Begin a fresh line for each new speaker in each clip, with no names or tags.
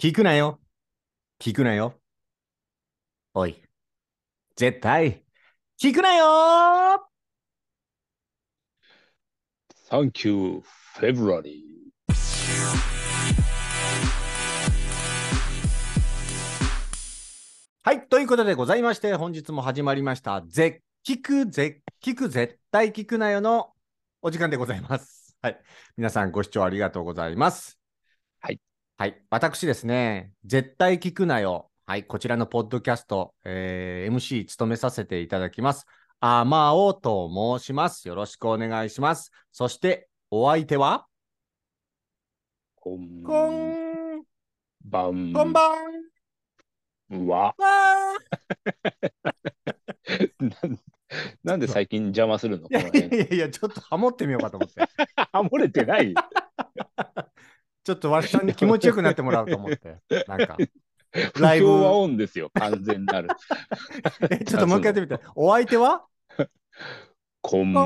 聞くなよ。聞くなよ。
おい、
絶対。聞くなよ
サンキュー、フェブラリ
はい。ということでございまして、本日も始まりました。絶聞く、絶聞く、絶対聞くなよのお時間でございます。はい。皆さんご視聴ありがとうございます。
はい。
はい。私ですね、絶対聞くなよ。はい。こちらのポッドキャスト、えー MC 務めさせていただきます。あまおと申します。よろしくお願いします。そして、お相手は
こん
こん、
ばん
こんばん
は。
は。
なんなんで最近邪魔するのこ
いや
の
い
辺。
やいや、ちょっとハモってみようかと思って。
ハモれてない。
ちょっとわしさんに気持ちよくなってもらおうと思 って。なんか。
不
ライブ
協和音ですよ、完全なる。
え、ちょっともう一回やってみて。お相手は
こ
こ
ん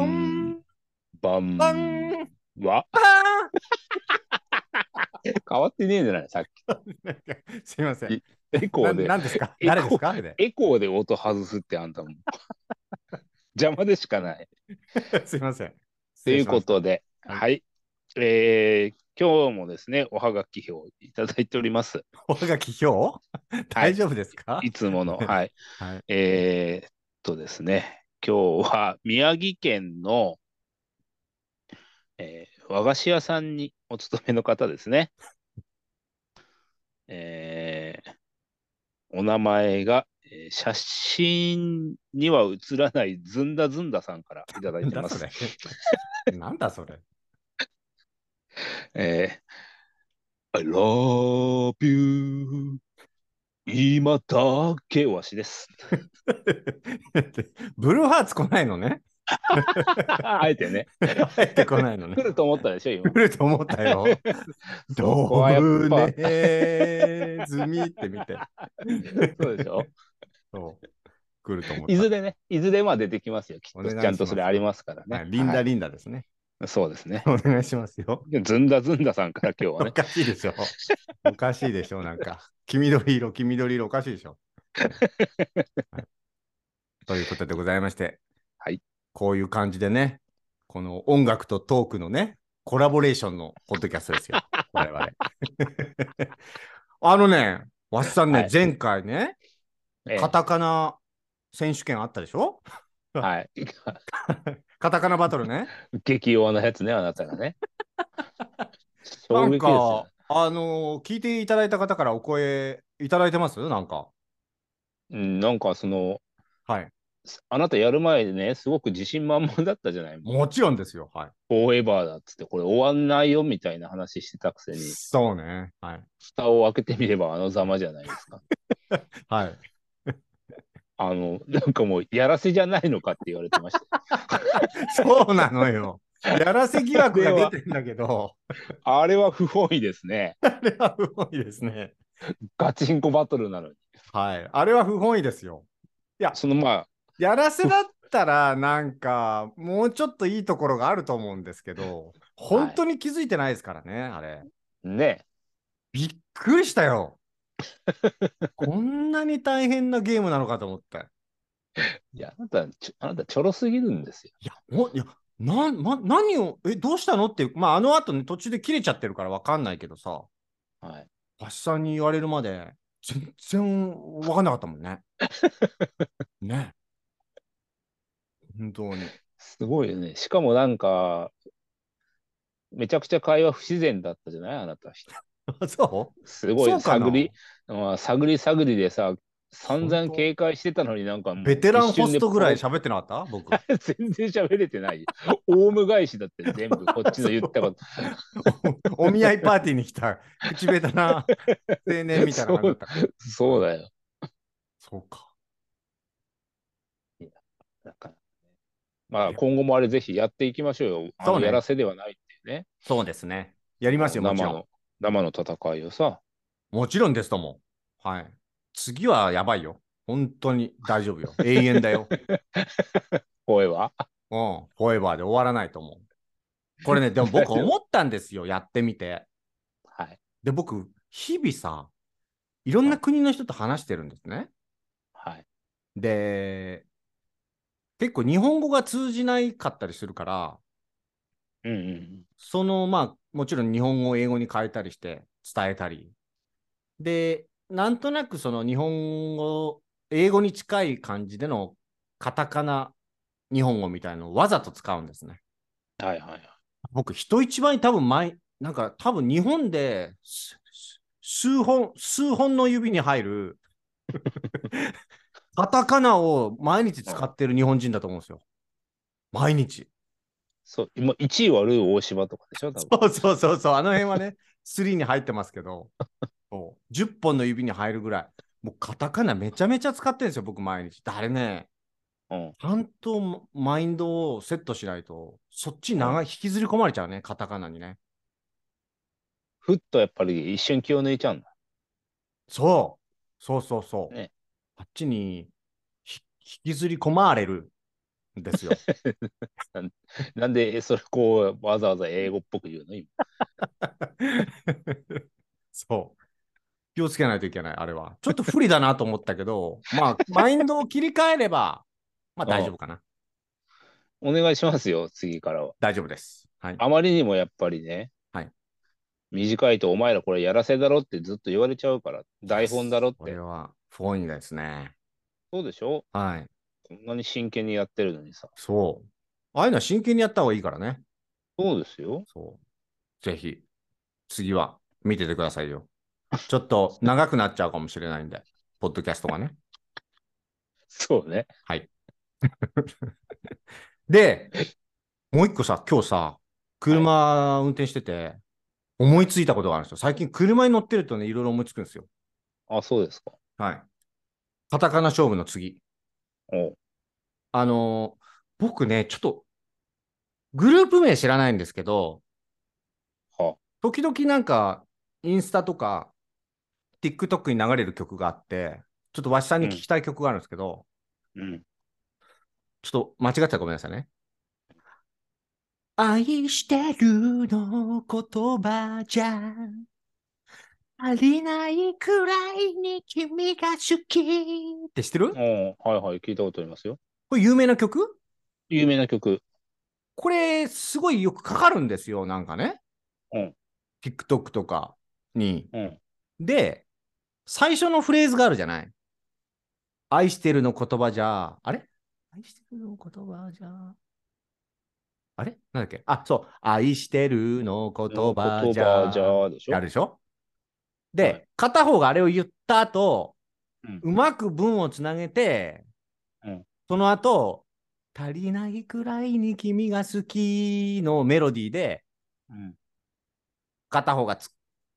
ん
ばん
ばん
は。
ばん
変わってねえじゃない、さっき。
なんかすいません。
いエコ
な
ーで。
何ですか
エコー
誰ですかで
エコーで音外すってあんたも。 邪魔でしかない。
すいません。
ということで、
は
はいい、えー今日もですね、おはがき表いただいております。
おはがき表大丈夫ですか
いつも の、はい。
はい
えーっとですね、今日は宮城県の、えー和菓子屋さんにお勤めの方ですね。えーお名前が、えー写真には写らないずんだずんださんからいただいて
なんだ
ます
そ。れ。なんだそれ。
えー、I love you 今だけわしです。
ブルーハーツ来ないのね。
あえてね、
入ってこないのね
来。ると思ったでしょ、 今。
来ると思ったよ。
そこ
ド
はやっ
ブ
ぱ
ネズミって見て。
そうでしょ。
そう来ると思った。
いずれね、いずれまあ出てきますよ、きっ
お願
と。
いします
ちゃんとそれありますからね。
はいリンダ
はい
リンダですね。
そうですね。
お願いしますよ。
ずんだずんださんから今日は
お
ね。
かしいでしょ。おかしいでしょ、なんか。黄緑色、黄緑色、おかしいでしょ。はいということでございまして、
はい、
こういう感じでね、この音楽とトークのね、コラボレーションのポッドキャストですよ、我々。 あのね、わしさんね、
はい
前回ね、
ええ
カタカナ選手権あったでしょ
はい。
カタカナバトルね。
激弱なやつね、あなたが ね。
な
衝撃
ん
ですよ
か、あのー聞いていただいた方からお声いただいてますなんか。
うん、なんかその、
はい。
あなたやる前でね、すごく自信満々だったじゃない。
もちろんですよ。は
フォーエバーだっつって、これ終わんないよみたいな話してたくせ
い。
に、
そうね。はい。
蓋を開けてみればあのざまじゃないですか。
はい。
あの、なんかもう、やらせじゃないのかって言われて ました。
そうなのよ。やらせ疑惑が出てんだけど、
あれは不本意ですね。
あれは不本意ですね。
ガチンコバトルなのに。
はい。あれは不本意ですよ。
そのま
やらせだったら、なんか、もうちょっといいところがあると思うんですけど、本当に気づいてないですからね、あれ。
あ、ね、
びっくりした よ。こんなに大変なゲームなのかと思って。
いや、あなた、ちょあなたちょろすぎるんですよ。
いや、おいやなんま、何を、え、どうしたのっていう、まあ、あの後ね、途中で切れちゃってるから分かんないけどさ、
はい。
橋さんに言われるまで、全然分かんなかったもん ね。ね。本当 に。
すごいよね。しかもなんか、めちゃくちゃ会話不自然だったじゃないあなた。
そ
すご
そ
い、
うかな
探り、まあ、探り探りでさ、
本
散々
当
警戒してたのになんかも
う
う
ベテランホストぐらい
一瞬
喋ってなかった僕。
でポロ全然喋れてないよ。オウム返しだって 全部、こっちの言ったこと。
お 見合いパーティーに来た、口下手な青年みたいな感じだったから。
そうだよ。
そうか。
だからまあ、今後もあれぜひやっていきましょうよ。あの
そうね
やらせではないっていうね。
そうですね。やりますよ、もち
生
ろん。
の、生の戦いをさ。
もちろんですとも。はい。次はやばいよ。本当に大丈夫よ。永遠だよ。
声は
うん、フォーエバーで終わらないと思う。これね、でも僕思ったんですよ、やってみて。
はい。
で、僕、日々さ、いろんな国の人と話してるんですね。
はい。
で、結構日本語が通じないかったりするから、
うんうん
そのまあもちろん日本語を英語に変えたりして伝えたりでなんとなくその日本語英語に近い感じでのカタカナ日本語みたいのをわざと使うんですね
うん。はいはいはい。
僕人一倍多分前なんか多分日本ですす数本数本の指に入るカタカナを毎日使ってる日本人だと思うんですよ毎日
そう、今、1位悪い大島とかでしょ、多
そう
分。
そうそうそう、あの辺はね、3に入ってますけど、そう10本の指に入るぐらい、もうカタカナめちゃめちゃ使ってるんですよ、僕、毎日。あれね、
うん。
ちゃんとママインドをセットしないと、そっちに長い引きずり込まれちゃうね、カタカナにね。
ふっとやっぱり一瞬気を抜いちゃうんだ。
そう、そうそうそう。
ね
あっちにひ引きずり込まれるんです よ。
なんで、それこう、わざわざ英語っぽく言うの今。
そう。気をつけないといけない、あれは。ちょっと不利だなと思ったけど、まあ、マインドを切り替えれば、まあ大丈夫 かな。
お願いしますよ、次からは。
大丈夫です。はい。
あまりにもやっぱりね、
はい
短いと、お前らこれやらせだろってずっと言われちゃうから、台本だろっ
これ
て。
は、不本意ですね。
そうでしょ
はい。
こんなに真剣にやってるのにさ。
そう。ああいうのは真剣にやった方がいいからね。
そうですよ。
そう。ぜひ、次は見ててくださいよ。ちょっと長くなっちゃうかもしれないんで、ポッドキャストがね。
そうね。
で、もう一個さ、今日さ、車運転してて、思いついたことがあるんですよ。最近車に乗ってるとね、いろいろ思いつくんですよ。
あ、そうですか。
はい。カタカナ勝負の次。
おう
あのー僕ね、ちょっと、グループ名知らないんですけど、
は
時々なんか、インスタとか、TikTok に流れる曲があって、ちょっとわしさんに聞きたい曲があるんですけど、
うん。
ちょっと間違ってたらごめんなさいね。愛してるの言葉じゃ足りないくらいに君が好きって知ってる
おうはいはい、聞いたことありますよ。
これ有名な曲
有名な曲。
これすごいよくかかるんですよ、なんかね。
うん。
TikTok とかに。
うん。
で、最初のフレーズがあるじゃない愛してるの言葉じゃ、あれ愛してるの言葉じゃ、あれなんだっけあ、そう、愛してるの言葉じゃ、
言葉じゃでしょ
やるでしょで、
はい
片方があれを言った後、
うん
うまく文をつなげて、
うん
その後、足りないくらいに君が好きのメロディーで、
うん。
片方がつ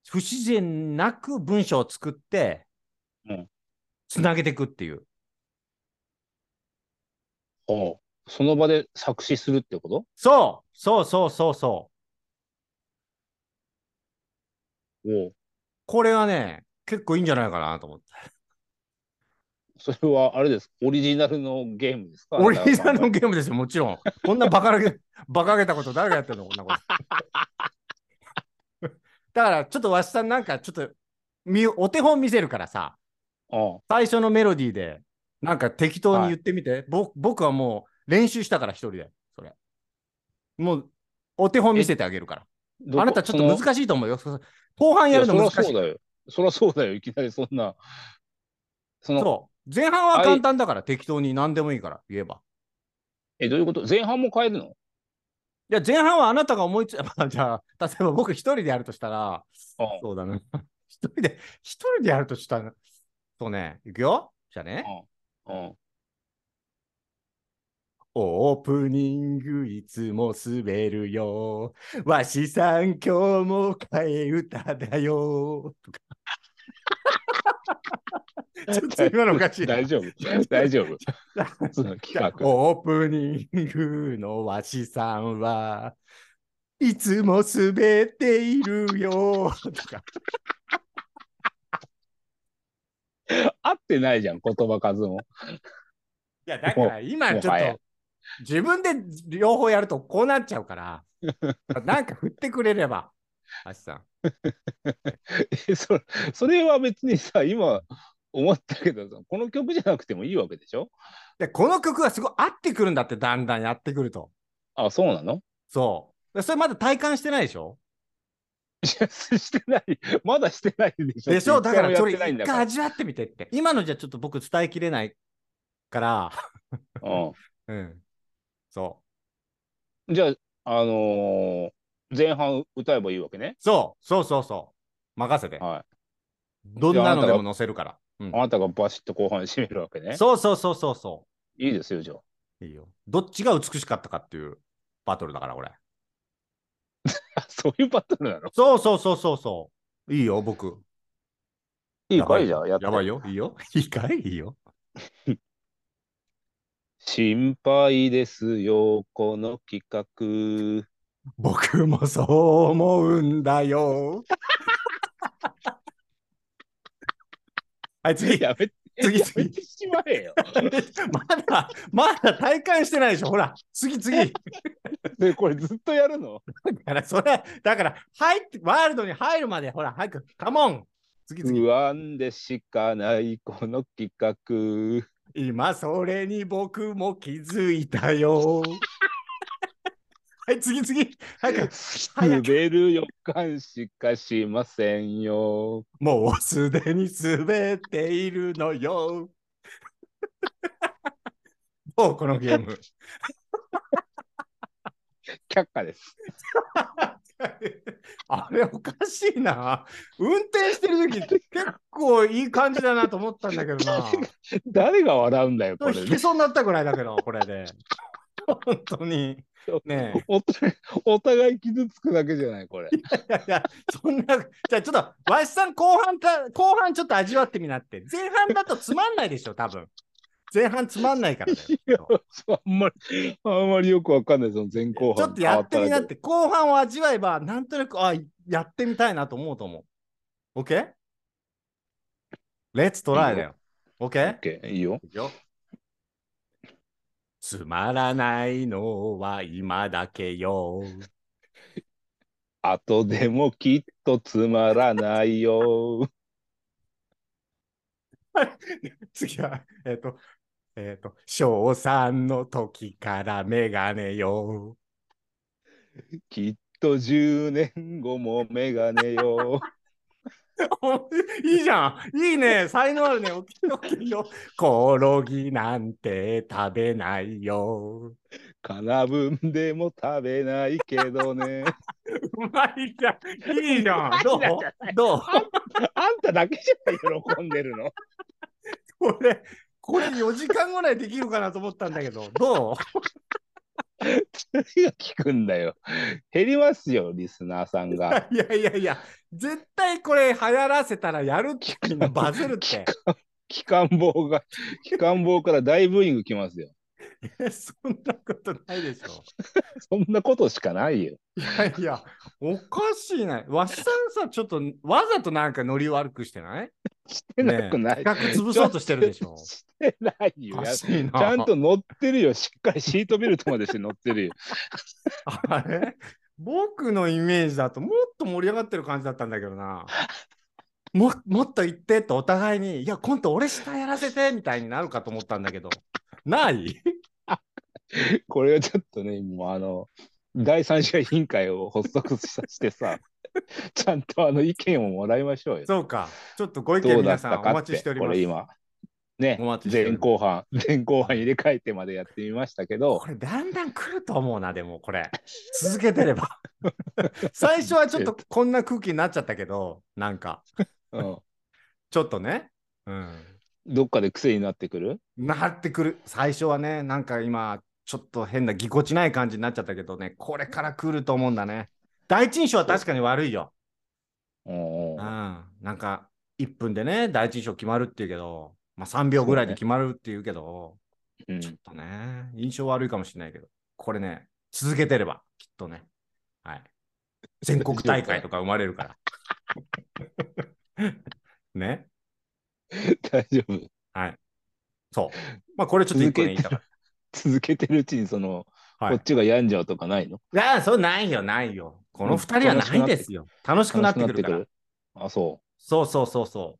不自然なく文章を作って、
うん
つなげていくっていう。
おうその場で作詞するってこと
そうそうそうそうそう。
おう
これはね、結構いいんじゃないかなと思って。
それはあれです。オリジナルのゲームですか
オリジナルの
ゲ
ゲームですよ、もちろん。こんなバカげ、 バカげたこと誰がやってんの、こんなこと。 だから、ちょっとわしさんなんか、ちょっと、みお手本見せるからさ、
ーム。
最初のメロディーで、なんか適当に言ってみて。ぼ僕はもう練習したから、一人で、それ。もう、お手本見せてあげるから。
どこ
あなたちょっ
その
と難しいと思うよ。そう後半やるの難しい。
いやそりゃそうだよ。そりゃそうだよ。いきなりそんな。その
そう。前半は簡単だから、適当に何でもいいから言えば。
え、どういうこと前半も変えるの
いや、前半はあなたが思いつ、 まあ、じゃあ、例えば僕一人でやるとしたら、
あ
そうだな。 一人で、一人でやるとしたら、そうね、いくよ。じゃあね。
うん。
オープニングいつも滑るよ。わしさん今日も替え歌だよ。とか。ちょっと今のおかしいな。
大丈夫。大丈夫。その企画。
オープニングのわしさんはいつも滑っているよ。とか。
合ってないじゃん、言葉数も。
いや、だから今ち
も
ょ
は
っ
や
と 自分で両方やるとこうなっちゃうから、なんか振ってくれれば。アシさん。
えそれそれは別にさ、今思ったけどさ、この曲じゃなくてもいいわけでしょ
で、この曲がすごい合ってくるんだって、だんだんやってくると。
あ、そうなの
そう。でそれまだ体感してないでしょ
いや、してない。まだしてないでしょ
でしょだから、それ
一
一
回もやってないんだ
回
から。
味わってみてって。今のじゃちょっと僕伝えきれないから、 うん。そう。
うん、じゃあ、あのー前半歌えばいいわけね。
そう、そうそうそう。任せて。
は
どんなのでも載せるから。う
い。あなたがバシッと後半締めるわけね
ん、。そうそうそうそうそ
いいですよ、じゃあ。
う。いいよ。どっちが美しかったかっていうバトルだから、これ。
あ そういうバトルなの
そうそうそうそうそう。いいよ、僕。
いい
やば
か
い
いじゃあ、やって
やばいよ、いいよ。 いいかいいいよ。
心配ですよ、この企画。
僕もそう思うんだよ。 はい、次。
やめて、
次
や
次
めてしまえよ。
まだ、まだ体感してないでしょ。ほら、次、次。
で、これずっとやるの
だから、それ、だから、入って、ワールドに入るまで、ほら、早く、カモン次、次。
不安でしかない、この企画。
今、それに僕も気づいたよ。 はい、次、次。早く、早く。
滑る予感しかしませんよ。
もうすでに滑っているのよ。 もうこのゲーム。
却下です。
あれおかしいな。運転してる時結構いい感じだなと思ったんだけどな。
誰が笑うんだよ、これ
引きそうになったぐらいだけど、これで。本当に。ねえ。
お互いお互い傷つくだけじゃない、これ。
いやいや、そんな。じゃあちょっと、わしさん、後半た、後半ちょっと味わってみなって。前半だとつまんないでしょ、多分。前半つまんないからだよ。きっと
そうあんまり、あんまりよくわかんない、その前後半。
ちょっとやってみなって、後半を味わえば、なんとなく、あ、やってみたいなと思うと思う。OK?Let's try だよ。
変
OK?
わっただけで。オッケーいいよ。
いくよつまらないのは今だけよ。
後でもきっとつまらないよ。
次は、えっ、と、えっ、と、小三の時からメガネよ。
きっと10年後もメガ ネよ。
いいじゃん。いいね。才能あるね。おきおきよ。コオロギなんて食べないよ。
かなぶんでも食べないけどね。
うまいじゃん。いいじゃん。どうどう
あんただけじゃない喜んでるの。
これ、これ4時間ぐらいできるかなと思ったんだけど、どう
誰が聞くんだよ。減りますよ、リスナーさん が。
いやいやいや、絶対これ流行らせたらやるってみんなバズるって。
機関棒が、機関棒から大ブーイング来ますよ。
え そんなことないでしょ。
そんなことしかないよ。
いやいや、おかしいな。わしさんさ、ちょっとわざとなんかノリ悪くしてない
してなくない。
ねえ企画潰そうとしてるでしょ
してない
お
よ。
か
や
しいな。
ちゃんと。乗ってるよ。しっかりシートベルトまでして乗ってるよ。
あれ僕のイメージだともっと盛り上がってる感じだったんだけどな。ももっと言ってってお互いに、いや、コント俺下やらせてみたいになるかと思ったんだけど。ない
これはちょっとね、もうあの、第三者委員会を発足させてさ、ちゃんとあの意見をもらいましょうよ。
そうか。ちょっとご意見
どうだ
皆
っ
さ
た
んお
かっ
待ち
て、
しており
こ
ます
れ。今。ね
お待、ちしておりま
前
す
後半、 前後半入れ替えてまでやってみましたけど
こ、れだんだん来ると思うな、でもこれ。続けてれば。 最初はちょっとこんな空気になっちゃったけど、なんか、
うん、
ちょっとね。うん。
どっかで癖になってくる
なってくる。最初はね、なんか今、ちょっと変なぎこちない感じになっちゃったけどね、これから来ると思うんだね。第一印象は確かに悪いよ。
うん
うん。なんか、1分でね、第一印象決まるっていうけど、まあ3秒ぐらいで決まるっていうけど、
うん
ちょっとね、印象悪いかもしれないけど、これね、続けてれば、きっとね、はい。全国大会とか生まれるから。 ね、
大丈夫。
そう。まあ、これちょっと一個ね、言いたかった。
続けてるうちに、その、
はい
こっちが病んじゃうとかないの
ああ、そうないよ、ないよ。こ
う
の
ん
二人はないですよ。楽しくなってくるから。
あ、そ
そうそうそうそう。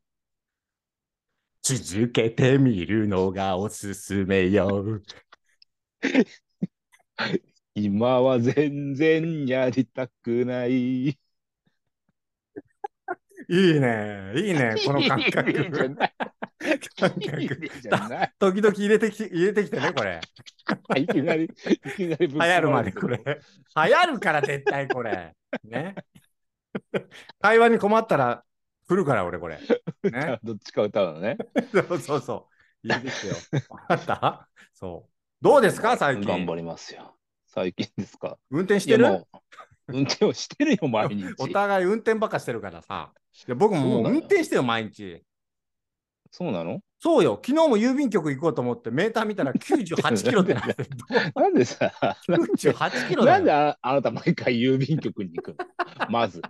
続けてみるのがおすすめよ。
う。今は全然やりたくない。
いいね、いいね、この感覚。
いいじゃない。
感
いい
覚。
じゃない。
時々入れてき入れてきてね、これ。
いきなり、いきなりぶ
流
っ
行るまでこれ。 流行るから絶対これ。ね。会話に困ったら来るから俺これ。ね。
どっちか歌うのね。
そうそうそう。いいですよ。あったそう。どうですか最
頑
近。
張りますよ。最近ですか。
運転して
いや
る
もう運転をしてるよ、毎日。
お互い運転ばっかしてるからさ。いや僕も
そう
も
な
う
の
運転してよ、毎日。
そうなの
そうよ。昨日も郵便局行こうと思ってメーター見たら98キロってなって る。
なんでさ、
98キロだ
な
よ
んでああなた毎回郵便局に行くの まず。
い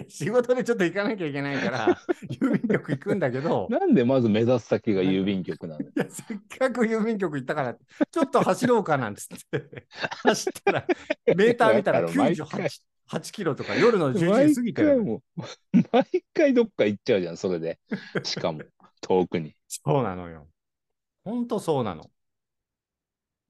や仕事でちょっと行かなきゃいけないから、郵便局行くんだけど、
なんでまず目指す先が郵便局な の
いやせっかく郵便局行ったから、ちょっと走ろうかなんつって、 走ったら、メーター見たら
だから 毎回
988キロとか、夜の11
毎
時過ぎて
回
る。
も、毎回どっか行っちゃうじゃん、それで。しかも、 遠くに。
そうなのよ。ほんとそうなの。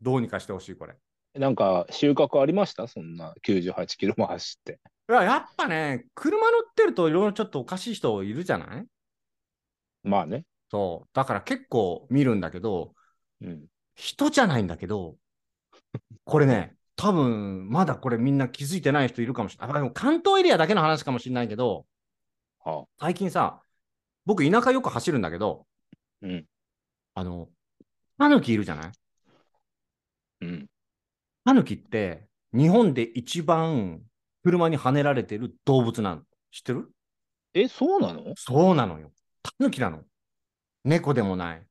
どうにかしてほしい、これ。
なんか、収穫ありましたそんな98キロも走って。
いややっぱね、車乗ってると、いろいろちょっとおかしい人いるじゃない
まあね。
そう。だから結構見るんだけど、
うん。
人じゃないんだけど、これね、多分まだこれみんな気づいてない人いるかもしれない。あでも関東エリアだけの話かもしれないけど、
はあ、
最近さ、僕、田舎よく走るんだけど、
うん。
あの、タヌキいるじゃない
うん。
タヌキって、日本で一番車にはねられてる動物なの。知ってる
え、そうなの
そうなのよ。タヌキなの。猫でもない。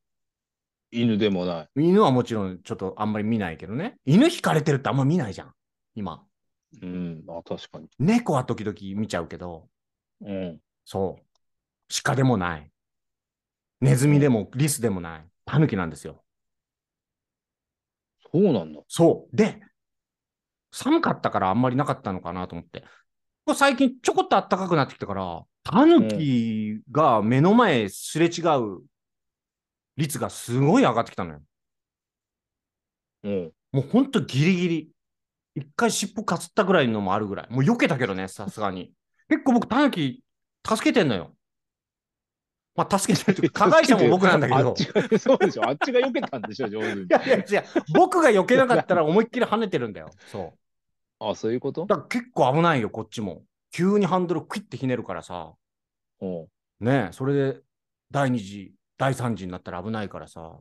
犬でもない。
犬はもちろんちょっとあんまり見ないけどね。犬引かれてるってあんま見ないじゃん。今。
うん。あ、確かに。
猫は時々見ちゃうけど。
うん。
そう。鹿でもない。ネズミでもリスでもない。タヌキなんですよ。
そうなんだ。
そう。で、寒かったからあんまりなかったのかなと思って。ここ最近ちょこっと暖かくなってきたから、タヌキが目の前すれ違う率がすごい上がってきたのよ。
うん。
もうほんとギリギリ。一回尻尾かすったぐらいのもあるぐらい。もう避けたけどね、さすがに。結構僕、タヌキ助けてんのよ。まあ、助けてるというか加害者も僕なんだけ
あ
ど
っ。ちが、そうでしょ。あっちが避けたんでしょ、上手 に
い。やいや違う、僕が避けなかったら思いっきり跳ねてるんだよ。そ
あ、そういうこと
う。だから結構危ないよ、こっちも。急にハンドルクイッてひねるからさ。
うん。
ねえ、それで第2次、第3次になったら危ないからさ。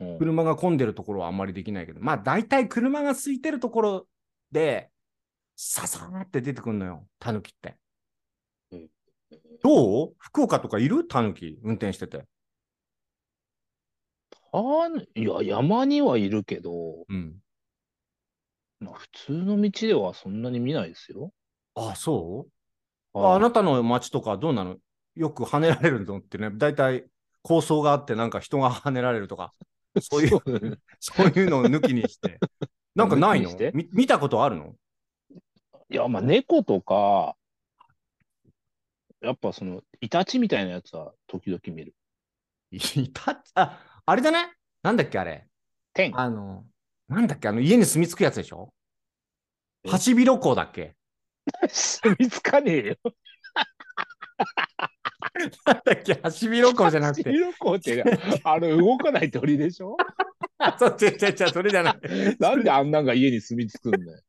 うん
車が混んでるところはあんまりできないけど、まあ大体車が空いてるところで、ささーって出てくんのよ、タヌキって
うん。
どう福岡とかいるタヌキ運転してて。
あんいや、山にはいるけど、
うん。
まあ普通の道ではそんなに見ないですよ。
あ、そう
は
あ
い
あなたの町とかどうなのよく跳ねられるのってね、大体構想があって、なんか人が跳ねられるとか、そういう、
だね
そういうのを抜きに して。なんかないの
抜きにして
み見たことあるの
いや、まあ、猫とか、やっぱその、イタチみたいなやつは時々 見る。
いたあ、あれだねなんだっけあれ。
天
あの、なんだっけあの、家に住み着くやつでしょ
え
ハシビロコウだっけ
住みつかねえよ。
なんだっけハシビロコウじゃ なく
シビ
て。
ロコウって、あの、動かない鳥でしょ
あ、そう、違う違う違う、 それじゃない。
なんであんなんが家に住みつくんだよ。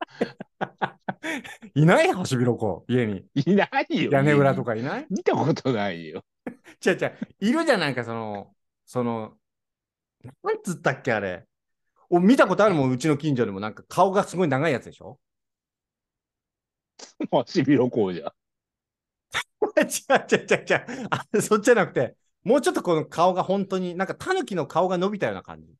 いないハシビロコウ、家に。
いないよ。
屋根裏と
か。
かいない
見たことないよ。
違う違う、いるじゃんないか、その、その、なんつったっけ、あれ。お見たことあるもん、うちの近所でも、なんか顔がすごい長いやつでしょ
まあ、シビロコウじゃ。
違う違う違う違うあ。そっちじゃなくて、もうちょっとこの顔が本当に、なんかタヌキの顔が伸びたような感じ。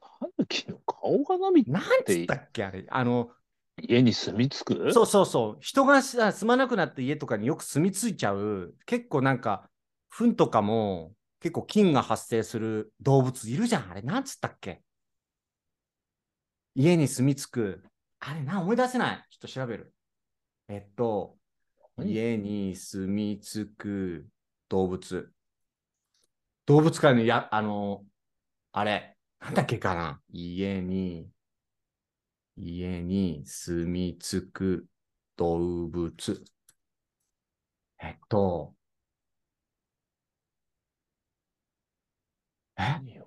タヌキの顔が伸びて
なんつったっけ、あれ。あの、
家に住みつく
そうそうそう、人がさ住まなくなって家とかによく住み着いちゃう、結構なんか、糞とかも、結構菌が発生する動物いるじゃん、あれ。なんつったっけ家に住み着く、あれな、思い出せない。ちょっと調べる。えっと、
何
家に住み着く動物。動物界のや、あの、あれ、なんだっけかな。家に、家に住み着く動物。えっと、え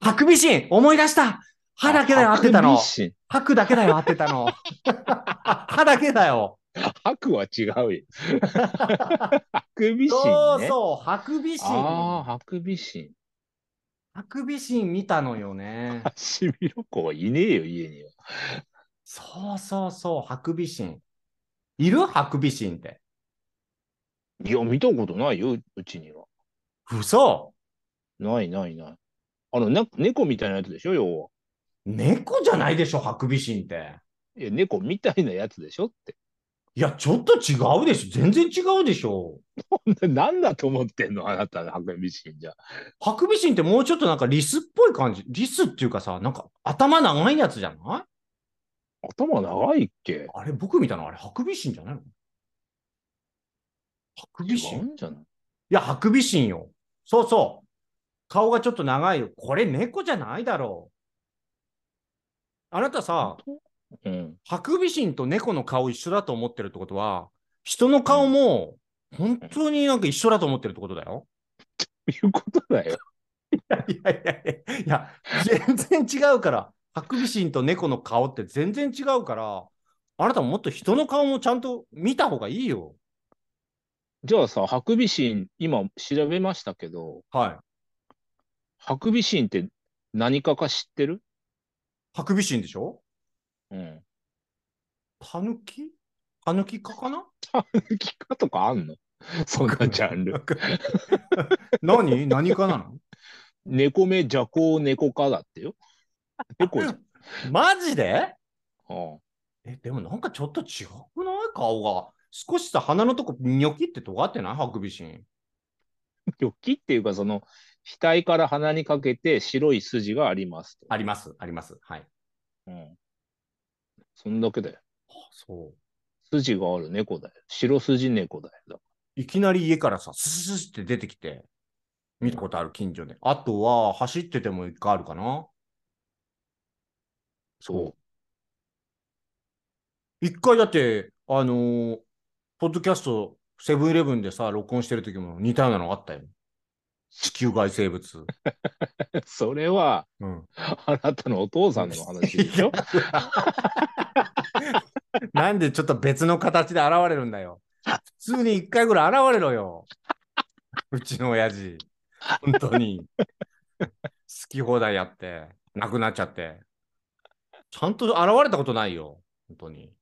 ハクビシン思い出した歯だけだよ、合ってた
ハク
の
ビ。シン
ハクだけだよ、合ってた の。歯だけだよ。
ハクは違うよ。ハクビシンね。
そうそう、ハクビシン。
あ
ハ
あ、ハクビシン。
クビシン見たのよね。
シミロコはいねえよ、家には。
そうそうそう、ハクビシン。いるハクビシンって。
いや、見たことないよ、うちには。
嘘
ないないない。あの、な猫みたいなやつでしょ、要は。
猫じゃないでしょ、ハクビシンって。
いや、猫みたいなやつでしょって。
いや、ちょっと違うでしょ。全然違うでしょ。
なんだと思ってんの、あなたのハクビシンじゃ。
ハクビシンってもうちょっとなんかリスっぽい感じ。リスっていうかさ、なんか頭長いやつじゃない
頭長いっけ
あれ、僕見たのあれ、ハクビシンじゃないのハクビシ
違
ン
う
い
んじゃない
や、ハクビシンよ。そうそう。顔がちょっと長いよ。これ、猫じゃないだろう。あなたさ、
うん。
ハクビシンと猫の顔一緒だと思ってるってことは、人の顔も本当になんか一緒だと思ってるってことだよ。
いうことだよ。
いやいやいやいや、全然違うから、ハクビシンと猫の顔って全然違うから、あなたももっと人の顔もちゃんと見た方がいいよ。
じゃあさ、ハクビシン、今調べましたけど、
はい。
ハクビシンって何かか知ってる
ハクビシンでしょ
うん。
タヌキタヌキ科かな
聞き方とかあん のそんなジャンル。
何何科なの
猫目邪行猫科 だってよ。猫じゃん。
マジで
うん
え、でもなんかちょっと違くない顔が。少しさ、鼻のとこニョキって尖ってないハクビシン。
よきっていうか、その、額から鼻にかけて白い筋がありますと。
あります、あります。はい。
うん。そんだけだよ。
そう。
筋がある猫だよ。白筋猫だよ。
いきなり家からさ、ススススって出てきて、見たことある近所で。あとは、走ってても一回あるかな。
そう。
一回だって、あのーポッドキャスト、セブンイレブンでさ、録音してる時も似たようなのあったよ。地球外生物。
それは、
うん。
あなたのお父さんの話でしょ
なんでちょっと別の形で現れるんだよ。普通に一回ぐらい現れろよ。うちの親父。本当に。好き放題やって、なくなっちゃって。ちゃんと現れたことないよ。本当に。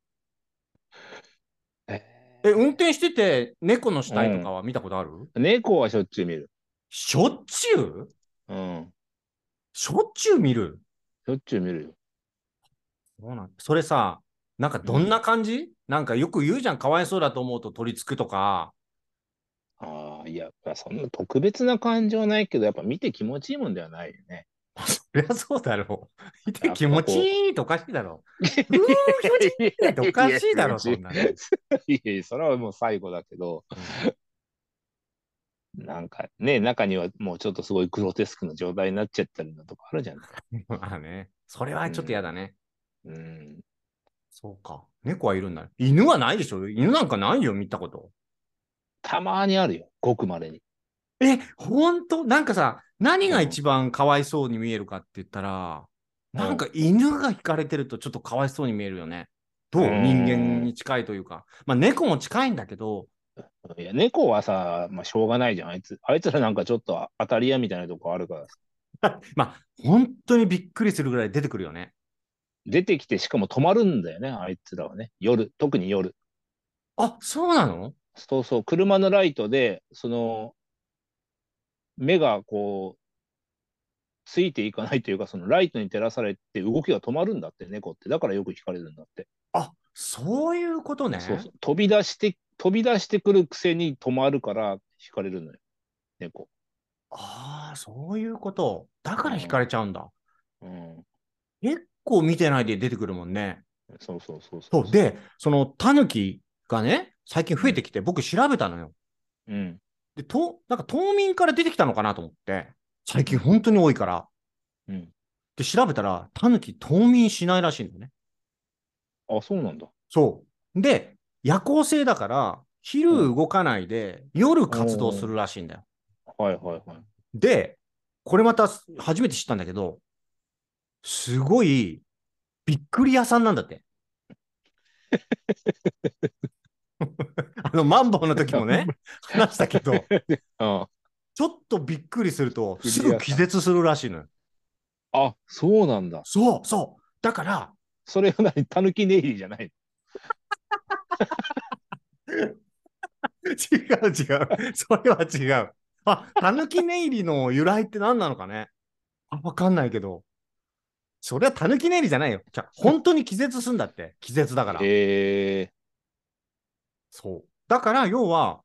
え
え、運転してて猫の死体とかは見たことある、
猫はしょっちゅう見る。
しょっちゅう
うん。
しょっちゅう見る
しょっちゅう見るよ。
そうなんそれさ、なんかどんな感じ、なんかよく言うじゃん。かわいそうだと思うと取りつくとか。
ああ、いや、まあそんな特別な感情ないけど、やっぱ見て気持ちいいもんではないよね。
そりゃそうだろう。い て
やっぱ
気
こう
持ちいいっておかしいだろう。うーん、気持ちいいっておかしい だろう、そん なの。
いやいや、それはもう最後だけど、なんかね、中にはもうちょっとすごいグロテスクな状態になっちゃったりだとかあるじゃない。
まあね、それはちょっと嫌だね。
うん。
そうか。猫はいるんだね。犬はないでしょ犬なんかないよ、見たこと。
たまにあるよ、ごくまれに。
え、ほんとなんかさ、何が一番かわいそうに見えるかって言ったら、
うん
なんか犬が引かれてるとちょっとかわいそうに見えるよね。どう
うん
人間に近いというか。まあ猫も近いんだけど、
いや、猫はさ、まあ、しょうがないじゃん、あいつ。あいつらなんかちょっと当たり屋みたいなとこあるから、
まあ本当にびっくりするぐらい出てくるよね。
出てきて、しかも止まるんだよね、あいつらはね。夜、特に夜。
あ、そうなの
そうそう、車のライトで、その、目がこう、ついていかないというか、そのライトに照らされて動きが止まるんだって、猫って。だからよく惹かれるんだって。
あそういうことね。
そうそう。飛び出して、飛び出してくるくせに止まるから惹かれるのよ、猫。
ああ、そういうこと。だから惹かれちゃうんだ。
うん。
結構見てないで出てくるもんね。
そうそうそうそ
そう。で、そのタヌキがね、最近増えてきて、僕調べたのよ。
うん。
で、と、なんか冬眠から出てきたのかなと思って、最近本当に多いから。
うん。
で、調べたら、タヌキ冬眠しないらしいんだね。
あ、そうなんだ。
そう。で、夜行性だから、昼動かないで、夜活動するらしいんだよ。
はいはいはい。
で、これまた初めて知ったんだけど、すごいびっくり屋さんなんだって。あの、マンボウの時もね、話したけど、
あ
ちょっとびっくりすると、
びっく
す
り屋さん
ぐ気絶するらしいのよ。
あ、あそうなんだ。
そうそう。だから、
それは何たぬきネイリじゃない
違う違う。それは違う。あ、たぬき寝入りの由来って何なのかねあ、わかんないけど。それはたぬき寝入りじゃないよ。じゃあ本当に気絶すんだって。気絶だから。
え
そう。だから、要は、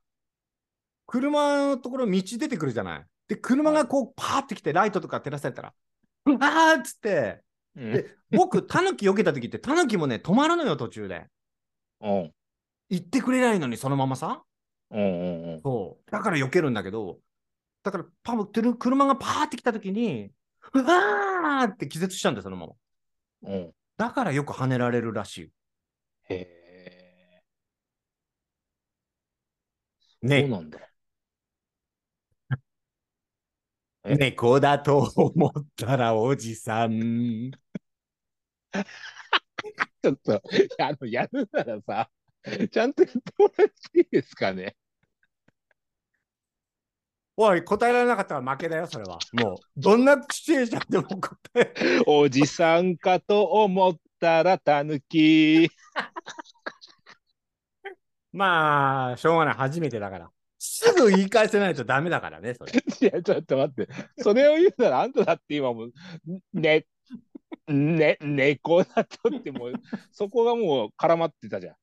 車のところ、道出てくるじゃない。で、車がこう、パーって来て、ライトとか照らされ たら、うわーっつって、
ー。うん
で僕、タヌキ避けた時って、タヌキもね、止まるのよ、途中で。
うん。
行ってくれないのに、そのままさ。
うんうんうん。
そう。だから避けるんだけど、だから、パブ、てる車がパーって来た時に、うわーって気絶しちゃうんだよ、そのまま。
うん。へ
だからよく跳ねられるらしい。
え。そう
ね、
なんだ。え
猫だと思ったらおじさん。
ちょっと、あの、やるならさ、ちゃんとやってもらっていいですかね。
おい、答えられなかったら負けだよ、それは。もう、どんなシチュエーションでも答え。
おじさんかと思ったらたぬき。
まあ、しょうがない、初めてだから。すぐ言い返せないとダメだからね、それ。
いや、ちょっと待って。それを言うなら、あんただって今もう、ね、ね、猫だとってもう、そこがもう絡まってたじゃん。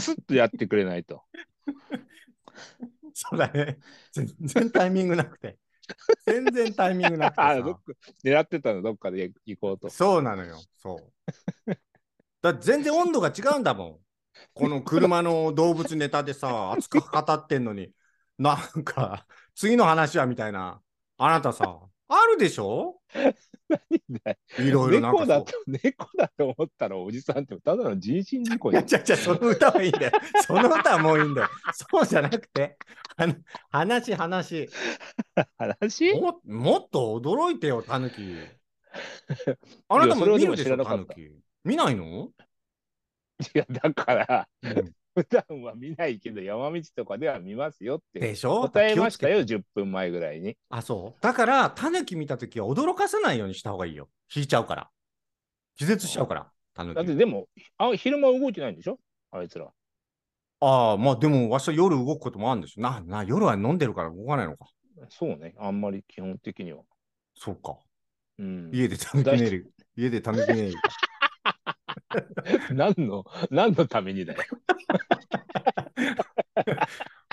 すっとやってくれないと。
そうだね。全然タイミングなくて。全然タイミングなくて
あどっ
さ。
か狙ってたの、どっかで行こうと。
そうなのよ、そう。だって全然温度が違うんだもん。この車の動物ネタで さ、熱く語ってんのに、なんか、次の話はみたいな。あなたさ、あるでしょいろいろなんか
猫だ
そう
と、猫だと思ったらおじさんって、ただの人身事故
い
じゃ
や、
ん。
じゃじゃその歌はいいんだよ。その歌はもういいんだよ。そうじゃなくて、あの話、話。
話
ももっと驚いてよ、タヌキ。あなたも
いやそれは
見
で
るで
も知
し
ら
ょ、
なか
タ
っ
ヌ
た
キ。見ないの、
いや、だから、
うん
普段は見ないけど、山道とかでは見ますよって。
でしょ
答えました。よ、
だから気をつけて
10分前ぐらいに。
あ、そう。だから、タヌキ見たときは驚かせないようにした方がいいよ。引いちゃうから。気絶しちゃうから、タヌ
だって
キ。
でも、あ昼間動いてないんでしょあいつら。
ああ、まあでも、わしは夜動くこともあるんでしょ。な、な、夜は飲んでるから動かないのか。
そうね、あんまり基本的には。
そうか。
うん、
家でタヌキ寝る。家でタヌキ寝る。
何の、何のためにだよ。
あ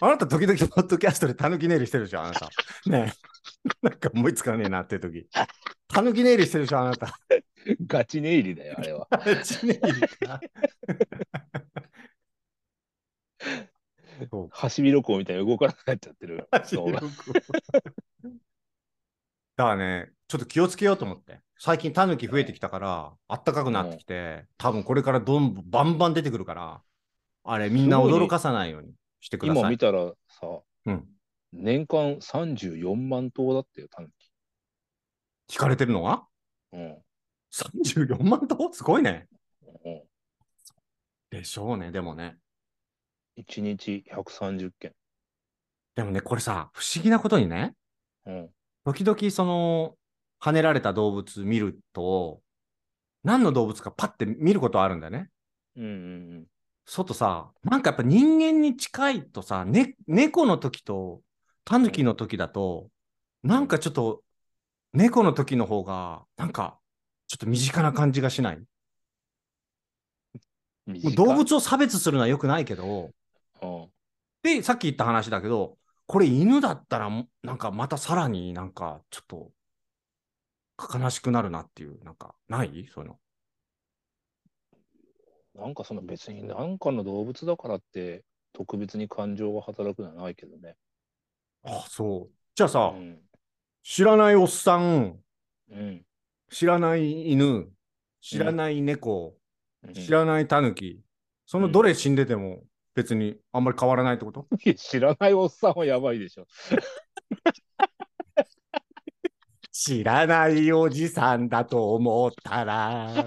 なた、時々、ポッドキャストでタヌキネイルしてるでしょ、あ なた。ねえ。なんか思いつかねえなって時。タヌキネイルしてるでしょ、あなた。
ガチネイリだよ、あれは。
タヌキネイルか。そうか。
ハシビロコウみたいに動かなくなっちゃってる。そう
だからね、ちょっと気をつけようと思って。最近タヌキ増えてきたから、あったかくなってきて、多分これからどんどんバンバン出てくるから、あれ、みんな驚かさないようにしてくだ
今
さ
見
い。
たらさ、
うん。
年間34万頭だってよ、タヌキ。
聞かれてるのは
うん。
34万頭すごいね。
うん、
でしょうね、でもね。
1日130件。
でもね、これさ、不思議なことにね、
うん。
時々その、跳ねられた動物見ると、何の動物かパッて見ることあるんだよね。
うんうん
そうとさ、なんかやっぱ人間に近いとさ、ね、猫の時と、タヌキの時だと、なんかちょっと、猫の時の方が、なんか、ちょっと身近な感じがしない。
うん。
もう動物を差別するのは良くないけど、
うん
で、さっき言った話だけど、これ犬だったらも、なんかまたさらになんかちょっと悲しくなるなっていう、なんか、ないそういうの。
なんかその別に何かの動物だからって特別に感情が働くのはないけどね。
あ、そう。じゃあさ、
うん。
知らないおっさん、
うん。
知らない犬、知らない猫、
うん
知らないタヌキ、そのどれ死んでても別にあんまり変わらないってこと、
いや 知らないおっさんはやばいでしょ。
知らないおじさんだと思ったら。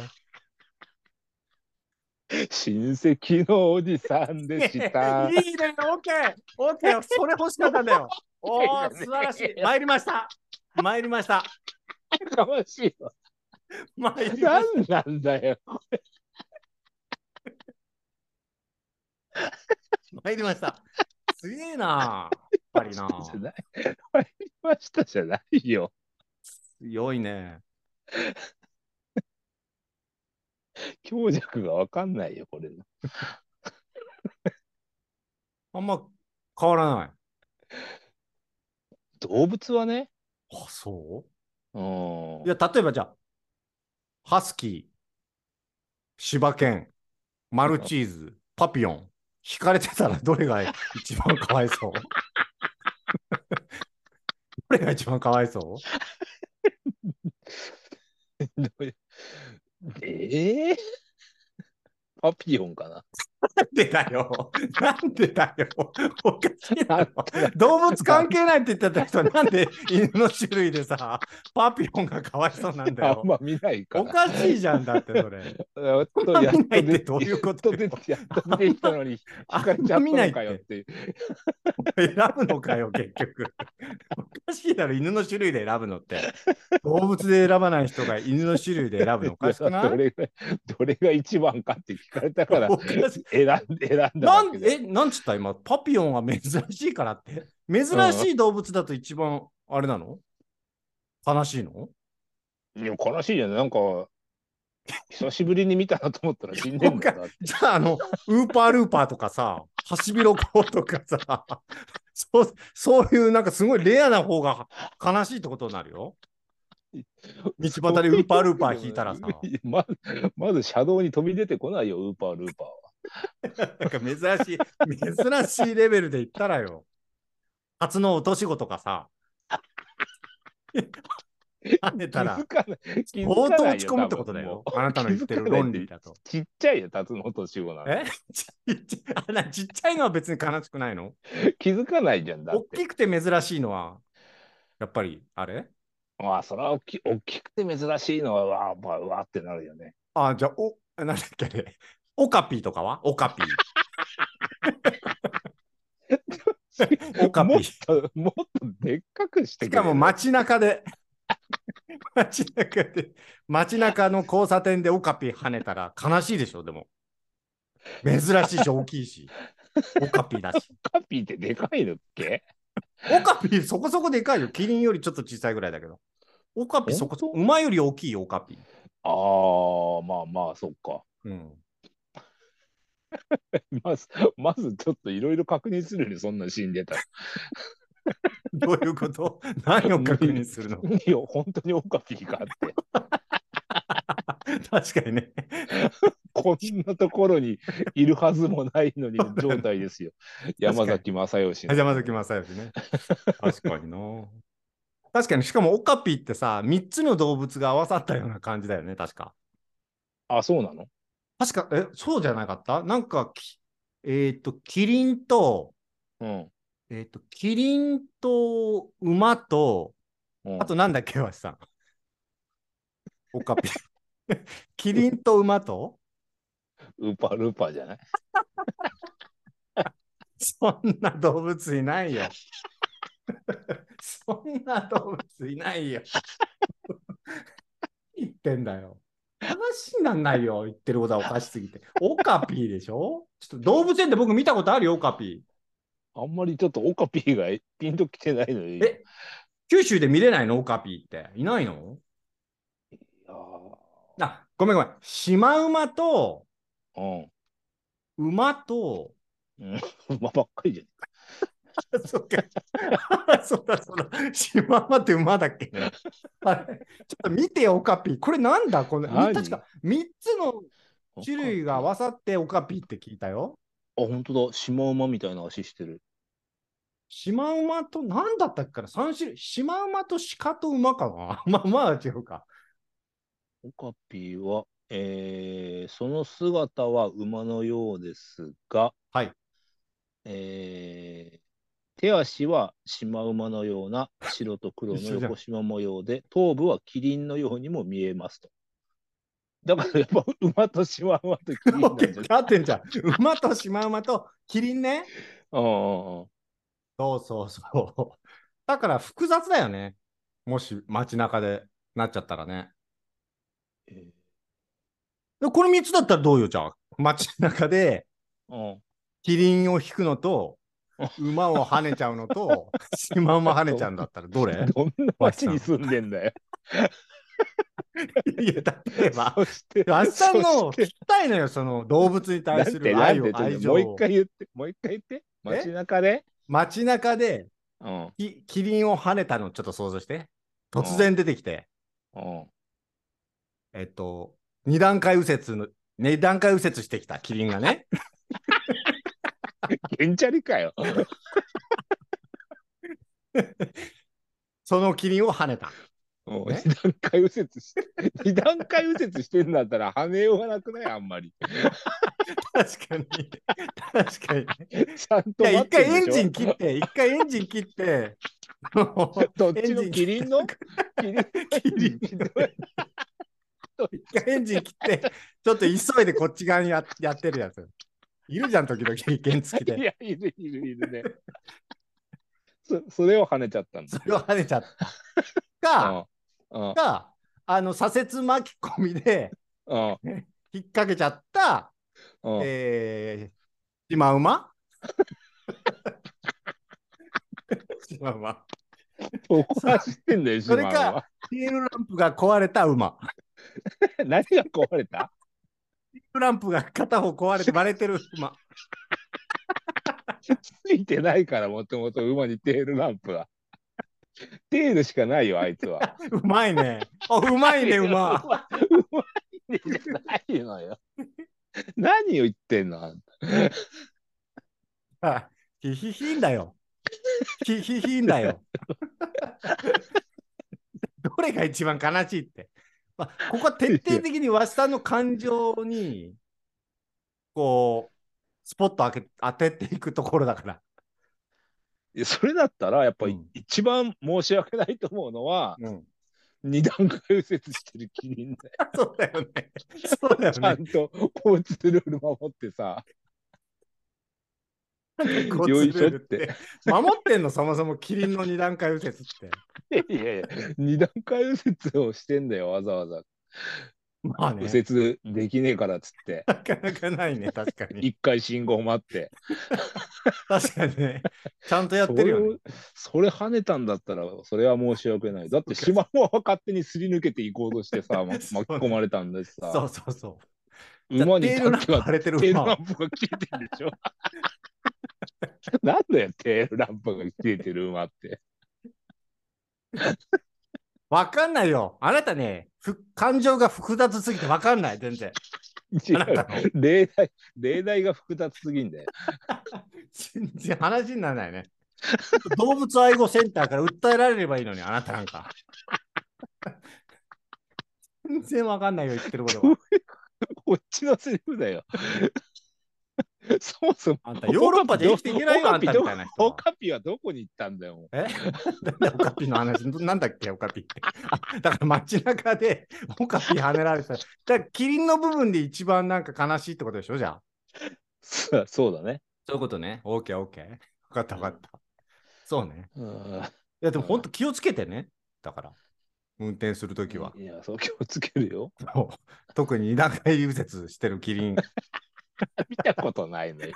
親戚のおじさんでした。
いいね、オッケー、オッケー、それ欲しかったんだ よ。お
ー
お、素晴らしい。参りました。参りました。
やかましいわ。
参りまし
何なんだよ。
た。参りました。すげえな。やっぱり な。
じゃない。参りましたじゃないよ。
強いね。
強弱がわかんないよ、これ。
あんま変わらない。
動物はね。
あ、そう
うん
い。や、例えばじゃあ、ハスキー、柴犬、マルチーズ、パピオン、引かれてたらどれが一番かわいそう どれが一番かわいそう
どういうええパピオンかな。
なんでだよ。なんでだよ。おかしいだろ
なんでだ。
動物関係ないって言ってた人、なんで犬の種類でさ、パピオンがかわいそうなんだ
あ
よ
ん。ま見ないか
お
ら。
かしいじゃんだって、それ。
やっと
あんま
やっ
見ないっ
と
て
出
どういうこと
やっと出てやっ と出てきたのに、
あんま
引かれちゃったのかよっていう。
選ぶのかよ、結局。おかしいだろ、犬の種類で選ぶのって。動物で選ばない人が犬の種類で選ぶのおかしくない
どれがどれが一番かって聞かれたから
おかしい
選んで選んだ
な
だ
ん
けで
え、なんつった今、パピオンは珍しいからって。珍しい動物だと一番、あれなの悲しいの
いや悲しいじゃないなんか久しぶりに見たなと思ったら死んでんだなって
じゃあ、あの、ウーパールーパーとかさ、ハシビロコウとかさ、そう、そういうなんかすごいレアな方が悲しいってことになるよ。道端でウーパールーパー引いたらさ、
まずまず車道に飛び出てこないよウーパールーパーは
なんか珍しい、珍しいレベルで言ったらよ。初の落とし子とかさ、跳ね
気
たら
づ、かない気づ
相
か
当
ない
落ち込むってことだよ
多。分も
あなたの言ってる論理だと
う。ちっちゃいよ辰野敏夫なんて
えちっちゃいあなちっちゃいのは別に悲しくないの
気づかないじゃんだっ
大
て
きくて珍しいのは、やっぱりあれ
まあそれは大き大きくて珍しいのはわあわあわあってなる よね
あ、じゃあ、お、なんだっけ、ね、オカピーとかはオカピー。オカピ
もっ
ー。し
ともっとでっかくして
かも
マ
街中で、 街中で、街中の交差点でオカピー跳ねたら悲しいでしょ、でも。珍しいし、大きい し。オカピーだし。
カピーってでかいのっけ
オカピーそこそこでかいよ。キリンよりちょっと小さいぐらいだけど。オカピーそこそこ、
本
馬より大きいよ、オカピー。
ああ、まあまあ、そっか。
うん。
まず、まずちょっといろいろ確認するよね、そんな死んでたら。
どういうこと 何を 確認するの
いや、本当にオカピーがあって、
確かにね。
こんなところにいるはずもないのに状態で すよ。山崎正義の。
じゃあまず来ますよね。確かにな。確かに、しかもオカピってさ、3つの動物が合わさったような感じだよね、確か。
あ、そうなの
確か、え、そうじゃなかったなんかき、えっ、と、キリンと、
うん。
えっ、と、キリンと馬と、
うん
あとなんだっけ、わし さん。オカピ。キリンと馬と
ウーパールーパーじゃない
そんな動物いないよ。そんな動物いないよ。言ってんだよ。話になんないよ。言ってることはおかしすぎて。オカピーでしょちょっと動物園で僕見たことあるよ、オカピ
あんまりちょっとオカピーがピンときてないのに。
えー。九州で見れないのオカピーって。いないの
あ
あ、ごめんごめん。シマウマと
ー
馬と
うん。馬ばっかりじゃん。
そっか。 そうだそうだ。シマウマって馬だっけね。あれ、ちょっと見てよ、オカピー。これなんだこの、
何
確か3つの種類が合わさってオカピーって聞いたよ。
あ、本当だ。シマウマみたいな足してる。
シマウマと何だったっけかな ?3 種類。シマウマと鹿と馬かな まあまあ違うか。
オカピーは、えーその姿は馬のようですが、
はい
えー手足はシマウマのような白と黒の
一緒じゃん
横縞模様で、頭部はキリンのようにも見えますと。だからやっぱ馬とシマウマとキ リン
オ
なん
ッ
じ
ケ
ゃない
ー、合ってんじゃん。馬とシマウマとキリンね。
うんうんうん
そうそうそう。 だから複雑だよね。もし街中でなっちゃったらね。
え
でこの3つだったらどうよ、じゃあ。街中で。
ーうん
キリンを引くのと、馬を跳ねちゃうの と、シマウマ跳ねちゃうんだったらどれ
どんな町に住んでんだよ。
いや、例えば、
そ して、
あっさんの
そ
聞
して
きたいのよ、その動物に対
な
す
んて
る
なん
愛
て
を
ちょっと
愛情
もう一
を。
回言って、もう一回言って、街中で、
街中で
うん、
キキリンを跳ねたのちょっと想像して。突然出てきて、
うん、
えっと、二段階右折の、二段階右折してきたキリンがね。
ゲンチャリ かよ。
そのキリンを跳ねた。
うん
ね
二段階右折 して、二段階右折してんだったら跳ねようがなくないあん まり。
確かに。確かに。
ちゃん
い
と
や
待っ
一回
て
エ
ん
ン
で
ジ
し
ン切って、一回エンジン切って、
ょどっち
エンジ
の
ン
キリン のキリン
キリン一回エンジン切って、ちょっと急いでこっち側にややってるやつ。いるじゃん、時々、原付
い
で。
や、いるいるいるね。そそれを跳ねちゃったんだ
そ。れを跳ねちゃった。か、
うんうん
か、あの、左折巻き込みで
うん
引っ掛けちゃった、
うん
えー、シマウ マシマウマ。
どこ走ってんだよ、
それ
シマ
か
ウマは
テールランプが壊れた馬。
何が壊れた
テールランプが片方壊 れて割れてる馬。
ついてないから、もともと馬にテールランプは。テールしかないよ、あいつは。
うまいね。あ、うまいね、
う
馬。
まいねじゃないのよ。何を言ってんのあんた
あヒヒヒンだよ。ヒヒヒンだよ。 どれが一番悲しいって。まあ、ここは徹底的にわしさんの感情に、こう、スポット当て当てていくところだから。
いやそれだったら、やっぱり
うん
一番申し訳ないと思うのは、二段階右折してるキリンだよ。
そうだよね。そうだ
ち
よ
ゃ
ね。
んと交通ルール守ってさ、
こう
よいしょ
つる
っ
る
て。
守ってんの、そもそもキリンの二段階右折って。
いやいやいや、二段階右折をしてんだよ、わざわざ。
まあね、
右折できねえからっつって、
なかなかないね、確かに。
一回信号待って。
確かにね。ちゃんとやってるよね。
それをそれ跳ねたんだったら、それは申し訳ない。だって、シマウマは勝手にすり抜けていこうとして さ、ま巻き込まれたんだし
そう
さ、
そうそう。
馬に
テール
だ
ラン
け
プ
は
荒れてる
テール
馬
ランプが切れてるでしょ。 なんだよ、テールランプが切れてる馬って。
わかんないよ。あなたね、ふ感情が複雑すぎてわかんない、全然。
違
あなた
う。
の
例題、例題が複雑すぎんだよ。
全然話にならないね。動物愛護センターから訴えられればいいのに、あなたなん か。全然わかんないよ、言ってる ことが。
こっちのセリフだよ。 そもそも。
あんた、ヨーロッパで生きていけないよ、あんたみたいな人
オ
は。
カピはどこに行ったんだよ。もう
え なんだオカピの話、 なんだっけ、オカピって。あだから街中で オカピ跳ねられた。だからキリンの部分で一番なんか悲しいってことでしょ、じゃあ。
そうそうだね。
そういうことね。OK、OK。分かった、分かった。そうね。
うん
いや、でも本当気をつけてね。だから、運転するときは。
いや、そう気をつけるよ。
そう特に田舎右折してるキリン。
見たことないね。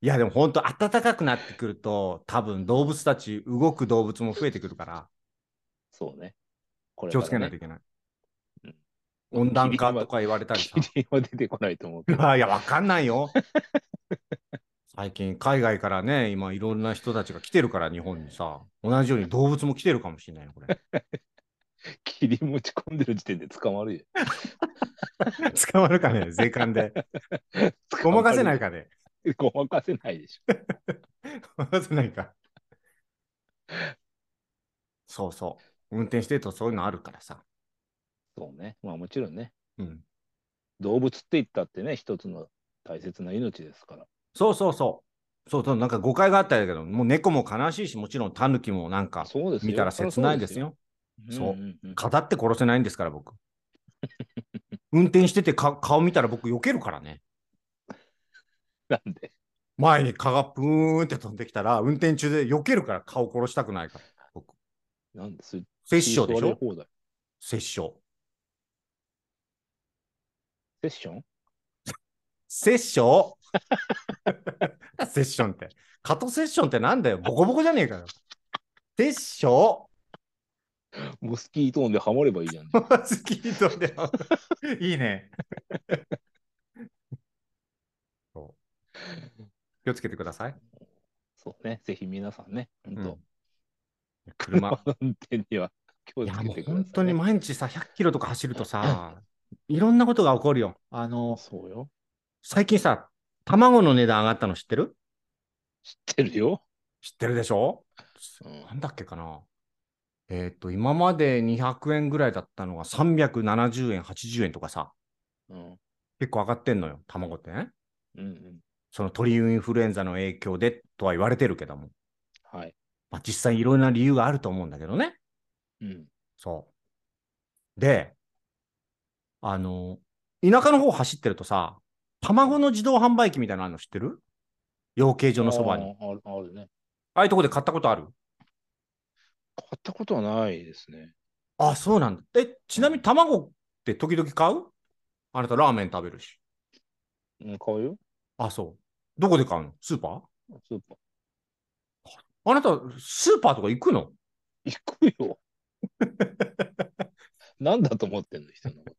いや、でも本当暖かくなってくると、多分動物たち、動く動物も増えてくるから、
そうね。これ
気
か
を
ら
つけないと
ね
いけない。
うん
温暖化とか言われたりさ
キ。リンは出てこないと思うけ
い
ど。
やいや、わかんないよ。最近海外からね、今いろんな人たちが来てるから、日本にさ、同じように動物も来てるかもしれないよ、これ。
切り持ち込んでる時点で捕 まる
捕まるかね、税関で。
よ。
ごまかせないか
か。
ね。
ごまかせないでしょ。
ごまかせないか。そうそう。運転してるとそういうのあるからさ。
そうね。まあもちろんね、
うん。
動物って言ったってね、一つの大切な命ですから。
そうそうそう。そうそう、なんか誤解があったんだけど、もう猫も悲しいし、もちろんタヌキもなんか
そうですよ
見たら切ないです。よ。
そりゃそうですよ。
語って殺せないんですから、僕。運転しててか顔見たら僕避けるからね。
なんで
前に蚊がプーンって飛んできたら、運転中で避けるから顔殺したくないから。僕。
なんでそれ
殺生でし
座り
ょ
放題
殺生。
セッション
セッシ ョンセッションって。カトセッションってなんだよボコボコじゃねえかよ。セッション
モスキートーンでハモればいいじゃん。
スキートで。いいね。そう気をつけてください。
そうね。ぜひ皆さんね、本当、
うん車。
運転には気を
い
つ
や、
け
も
て
う
ください、ね。
本当に毎日さ、100キロとか走るとさ、いろんなことが起こるよ。あの、
そうよ。
最近さ、卵の値段上がったの知ってる
知ってるよ。
知ってるでしょ
うん
なんだっけかな。えっ、と、今まで200円ぐらいだったのが370円、80円とかさ、
うん。
結構上がってんのよ、卵ってね。
うんうん。
その鳥インフルエンザの影響でとは言われてるけども、
はい。
まあ、実際いろいろな理由があると思うんだけどね。
うん。
そう。で、あの、田舎の方走ってるとさ、卵の自動販売機みたいなのあるの知ってる養鶏場のそばに。
あーあるあるね。
ああいうとこで買ったことある
買ったことはないですね。
あ、そうなんだ。え、ちなみに卵って時々買うあなたラーメン食べるし。
うん、買うよ。
あ、そう。どこで買うのスーパー
スーパー。
あなた、スーパーとか行くの
行く よ。なんだと思ってんの、人のこと。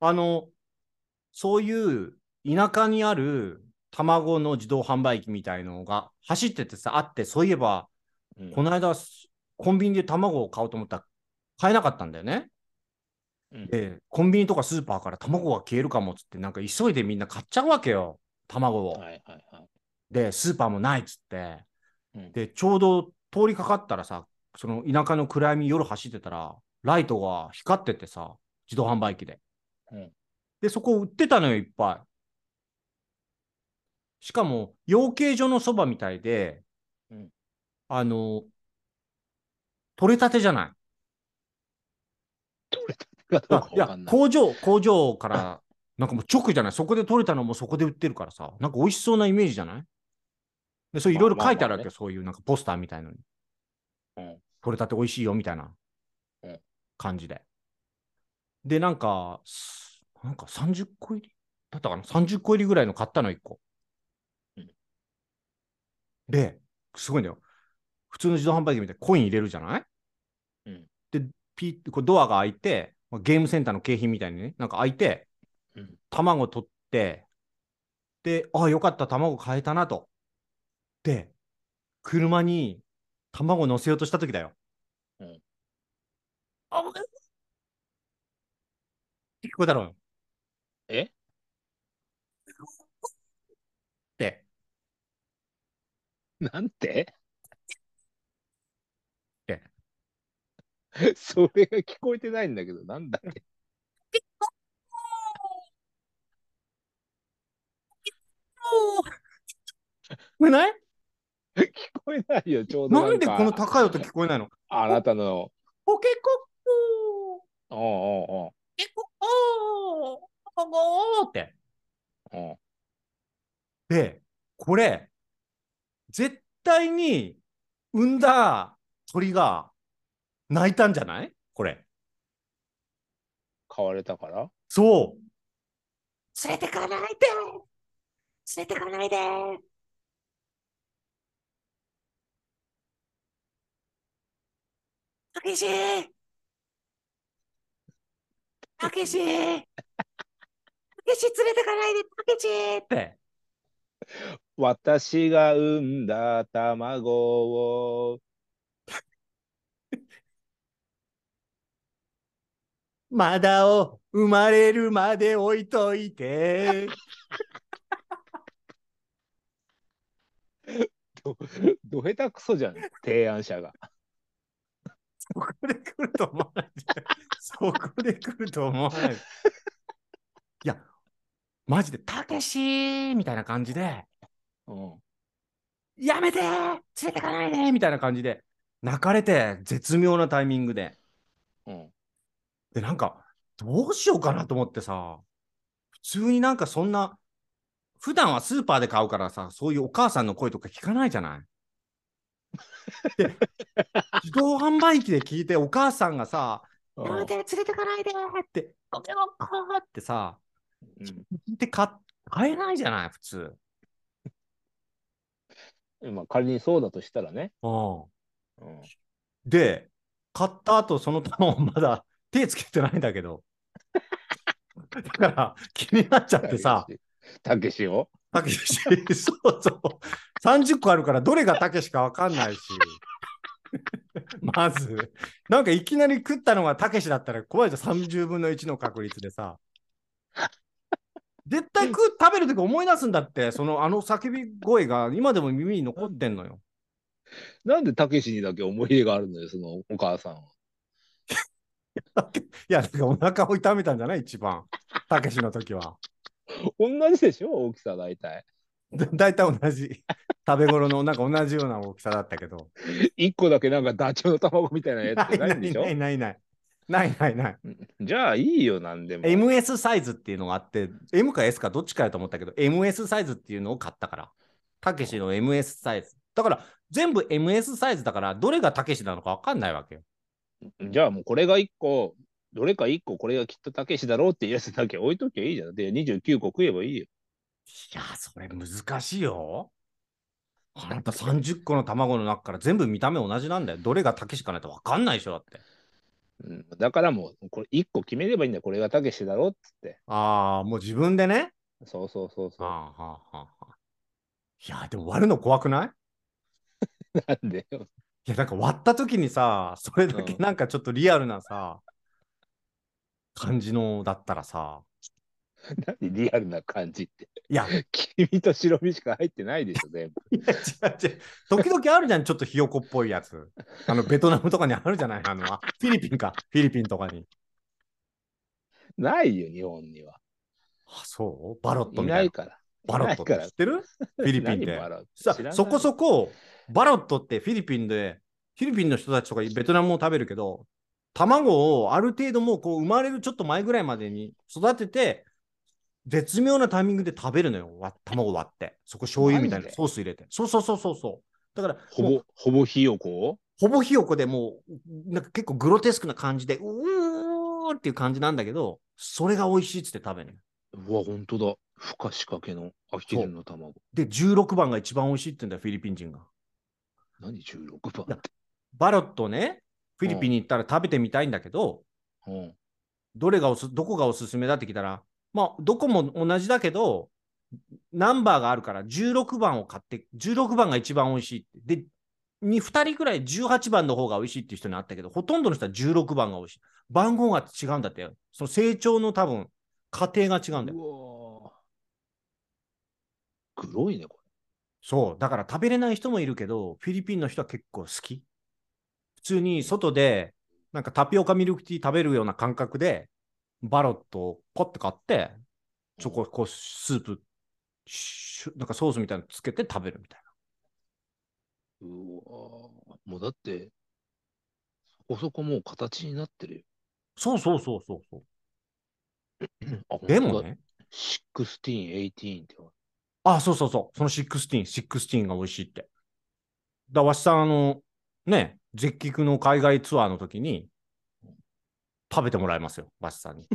あの、そういう田舎にある卵の自動販売機みたいのが走っててさ、あって、そういえば、
うん
この間、すコンビニで卵を買おうと思ったら買えなかったんだよね。
うん
で、コンビニとかスーパーから卵が消えるかもっつって、なんか急いでみんな買っちゃうわけよ、卵を。
はいはいはい。
で、スーパーもないっつって。
うん
で、ちょうど通りかかったらさ、その田舎の暗闇、夜走ってたら、ライトが光っててさ、自動販売機で。
うん
で、そこ売ってたのよ、いっぱい。しかも、養鶏場のそばみたいで、
うん
あの、取れたてじゃない。
どれだけか
あ
ど
い
うかわ
や
かん、ない。
工場、工場から、なんかもう直じゃない。そこで取れたのもそこで売ってるからさ、なんか美味しそうなイメージじゃないで、そういろいろ書いてあるわけよ、
ま
そういうなんかポスターみたいのに。
うん
取れたて美味しいよみたいな
うん
感じで。で、なんか、すなんか30個入りだったかな ?30 個入りぐらいの買ったの、1個
うん。
で、すごいんだよ。普通の自動販売機みたいにコイン入れるじゃない
うん
で、ピッてこうドアが開いて、まあゲームセンターの景品みたいにね、なんか開いて、
うん
卵取って、で、ああ、よかった、卵買えたなと。で、車に卵乗せようとした時だよ。
うん
あぶねって聞こえたろ
え
って。
なんて
え
それが聞こえてないんだけど、なんだっけ
ねない
聞こえないよ、ちょうど
な
か。
んでこの高い音聞こえないの
あなたの、
ポケコッコ
おう
ーケコッコーゴーって。
おうおう
で、これ、絶対に産んだ鳥が泣いたんじゃないこれ。
買われたから
そう。
連れてかないで連れてかないでたけしたけしたけし連れてかないでたけし
って。
私が産んだ卵を。
まだを生まれるまで置いといて。
ど、ど下手くそじゃん、提案者が。
そこで来ると思わない。そこで来ると思わない。いや、マジで、たけしみたいな感じで、
うん。
やめて連れてかないでみたいな感じで、泣かれて、絶妙なタイミングで。
うん。
で、なんか、どうしようかなと思ってさ、普通になんかそんな、普段はスーパーで買うからさ、そういうお母さんの声とか聞かないじゃない。で、自動販売機で聞いて、お母さんがさ、
う
やめ
ん
て連れてかないで
って、ごめんごめんってさ、
うん
聞いて買買えないじゃない、普通。
まあ、仮にそうだとしたらね。
うん
うん。
で、買った後、その卵まだ手つけてないんだけど。 だから、気になっちゃってさ、
たけしを
たけし、 そうそう。30個あるから、どれがたけしかわかんないし。まず、なんかいきなり食ったのがたけしだったら怖いじゃん、30分の1の確率でさ。絶対食う食べるとき思い出すんだって、そのあの叫び声が今でも耳に残ってんのよ。
なんでたけしにだけ思い入れがあるのよ、そのお母さんは。
いや、なんかお腹を痛めたんじゃない一番。たけしの時は。
同じでしょ、大きさ大体。
だ大体同じ。食べ頃のなんか同じような大きさだったけど。
一個だけなんかダチョウの卵みたいなや
な
つ
いな
ないんで
い
しょ
ないないない。ないないない。
じゃあいいよ、なんでも。
MS サイズっていうのがあって、M か S かどっちかやと思ったけど、MS サイズっていうのを買ったから。たけしの MS サイズ。だから、全部 MS サイズだから、どれがたけしなのか分かんないわけよ。
じゃあもうこれが一個、どれか一個これがきっとたけしだろうっていうやつだけ置いときゃいいじゃん。で、29個食えばいいよ。
いやー、それ難しいよ。あなた30個の卵の中から全部見た目同じなんだよ。どれがたけしかないと分かんないでしょ、だって。
うん、だからもう、これ一個決めればいいんだよ。これがたけしだろうっつって。
ああ、もう自分でね。
そうそうそうそ。
はあはあはあはあ、いやー、でも割るの怖くないう
なんでよ。
いや、なんか割った時にさ、それだけ
うん
なんかちょっとリアルなさ、感じのだったらさ、
何リアルな感じって。
いや、
君と白身しか入ってないでしょ、全部。
いや違う違う、時々あるじゃん、ちょっとひよこっぽいやつ。あの、ベトナムとかにあるじゃない、あの、あフィリピンか、フィリピンとかに。
ないよ、日本には。
あ、そうバロット
い
みた
ないい
な。
から。
バロットっ
い
て
ないから
知ってるフィリピン
何
で
笑う
さ
知らない
そこそこ、バロットってフィリピンで、フィリピンの人たちとかベトナムも食べるけど、卵をある程度もうこう生まれるちょっと前ぐらいまでに育てて、絶妙なタイミングで食べるのよ、わ卵割って。そこ醤油みたい
マジ
な
で
ソース入れて。そうそうそうそうそう。だから、
ほ
もう
ぼ、ほぼひよこ
ほぼひよこでもう、なんか結構グロテスクな感じで、うーっていう感じなんだけど、それが美味しいっつって食べるのよ。
うわ、ほんとだ。孵化仕掛けのアヒルの卵。
で、16番が一番美味しいって言うんだよ、フィリピン人が。
何16番って。
バロットね、フィリピンに行ったら食べてみたいんだけど、
うん。
どれがおすどこがおすすめだって聞いたら、まあ、どこも同じだけど、ナンバーがあるから16番を買って、16番が一番美味しいって。で、に2人くらい18番の方が美味しいっていう人に会ったけど、ほとんどの人は16番が美味しい。番号が違うんだってよ。その成長の多分、過程が違うんだよ。
うわー黒いね、こ
そう、だから食べれない人もいるけど、フィリピンの人は結構好き。普通に外で、なんかタピオカミルクティー食べるような感覚で、バロットをポッて買って、そこ、こう、スープ、シュなんかソースみたいなのつけて食べるみたい
れ。うわーもうだって、そこそこもう形になってる
な。そうそうそうそうそ
よ。あ
う。でも。ね、
ほんとだ16、18って。
あ、そうそうそう、その16、16が美味しいって。だわしさん、あの、ね、絶菊の海外ツアーの時に、食べてもらいますよ、わしさんに。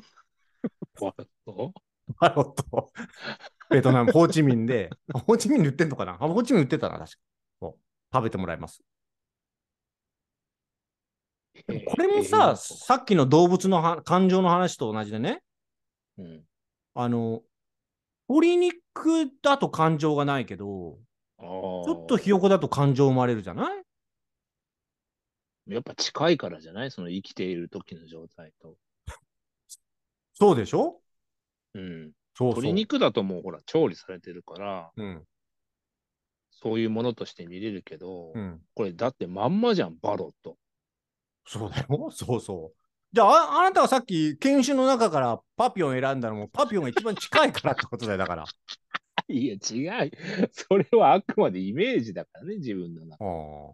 わそう
バロット、ベトナム、ホーチミンで、 あホーチミンで売ってんのかなあホーチミン売ってたな、確か。そう食べてもらいます。でもこれもさ、さっきの動物のは感情の話と同じでね、
うん。
あの、鶏肉だと感情がないけど、
あち
ちょ
ょ
っとひよこだと感情生まれるじゃない
やっぱ近いからじゃないその生きている時の状態と。
そうでしょ
うん。
そうそう。
鶏肉だともうほら、調理されてるから、
うん。
そういうものとして見れるけど、
うん。
これだってまんまじゃん、バロット。
そうだよ。 そうそう。じゃあ、ああなたはさっき、犬種の中からパピオン選んだのも、パピオンが一番近いからってことだよ、だから。
いや、違う。それはあくまでイメージだからね、自分の中
あー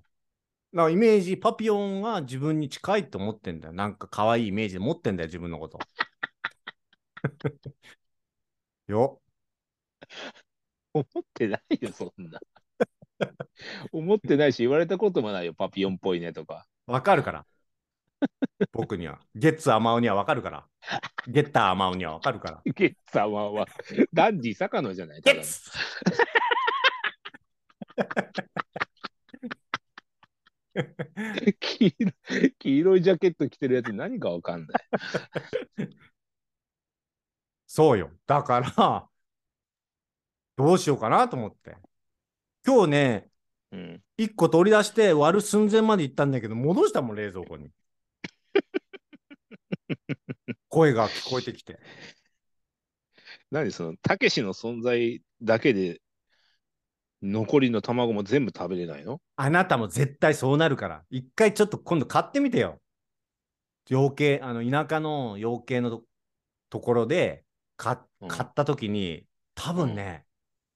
だからイメージ、パピオンは自分に近いと思ってんだよ。なんか可愛いイメージで持ってんだよ、自分のこと。 よ。
思ってないよ、そんな。 思ってないし、言われたこともないよ、パピオンっぽいねとか。
わかるから。僕には。ゲッツアマオにはわかるから。ゲッターアマオにはわかるから。
ゲッツァマンは、ダンディ坂野じゃない。
ゲ
た
ッ
だの
ツ
黄色い黄色いジャケット着てるやつ何かわかんない。
そうよ。だから、どうしようかなと思って。今日ね、
うん、
1個取り出して割る寸前まで行ったんだけど、戻したもん、冷蔵庫 に。声が聞こえてきて。
何その、たけしの存在だけで、残りの卵も全部食べれないの
あなたも絶対そうなるから、一回ちょっと今度買ってみてよ。養鶏、あの、田舎の養鶏のとところで、か
うん
買った時に、多分ね、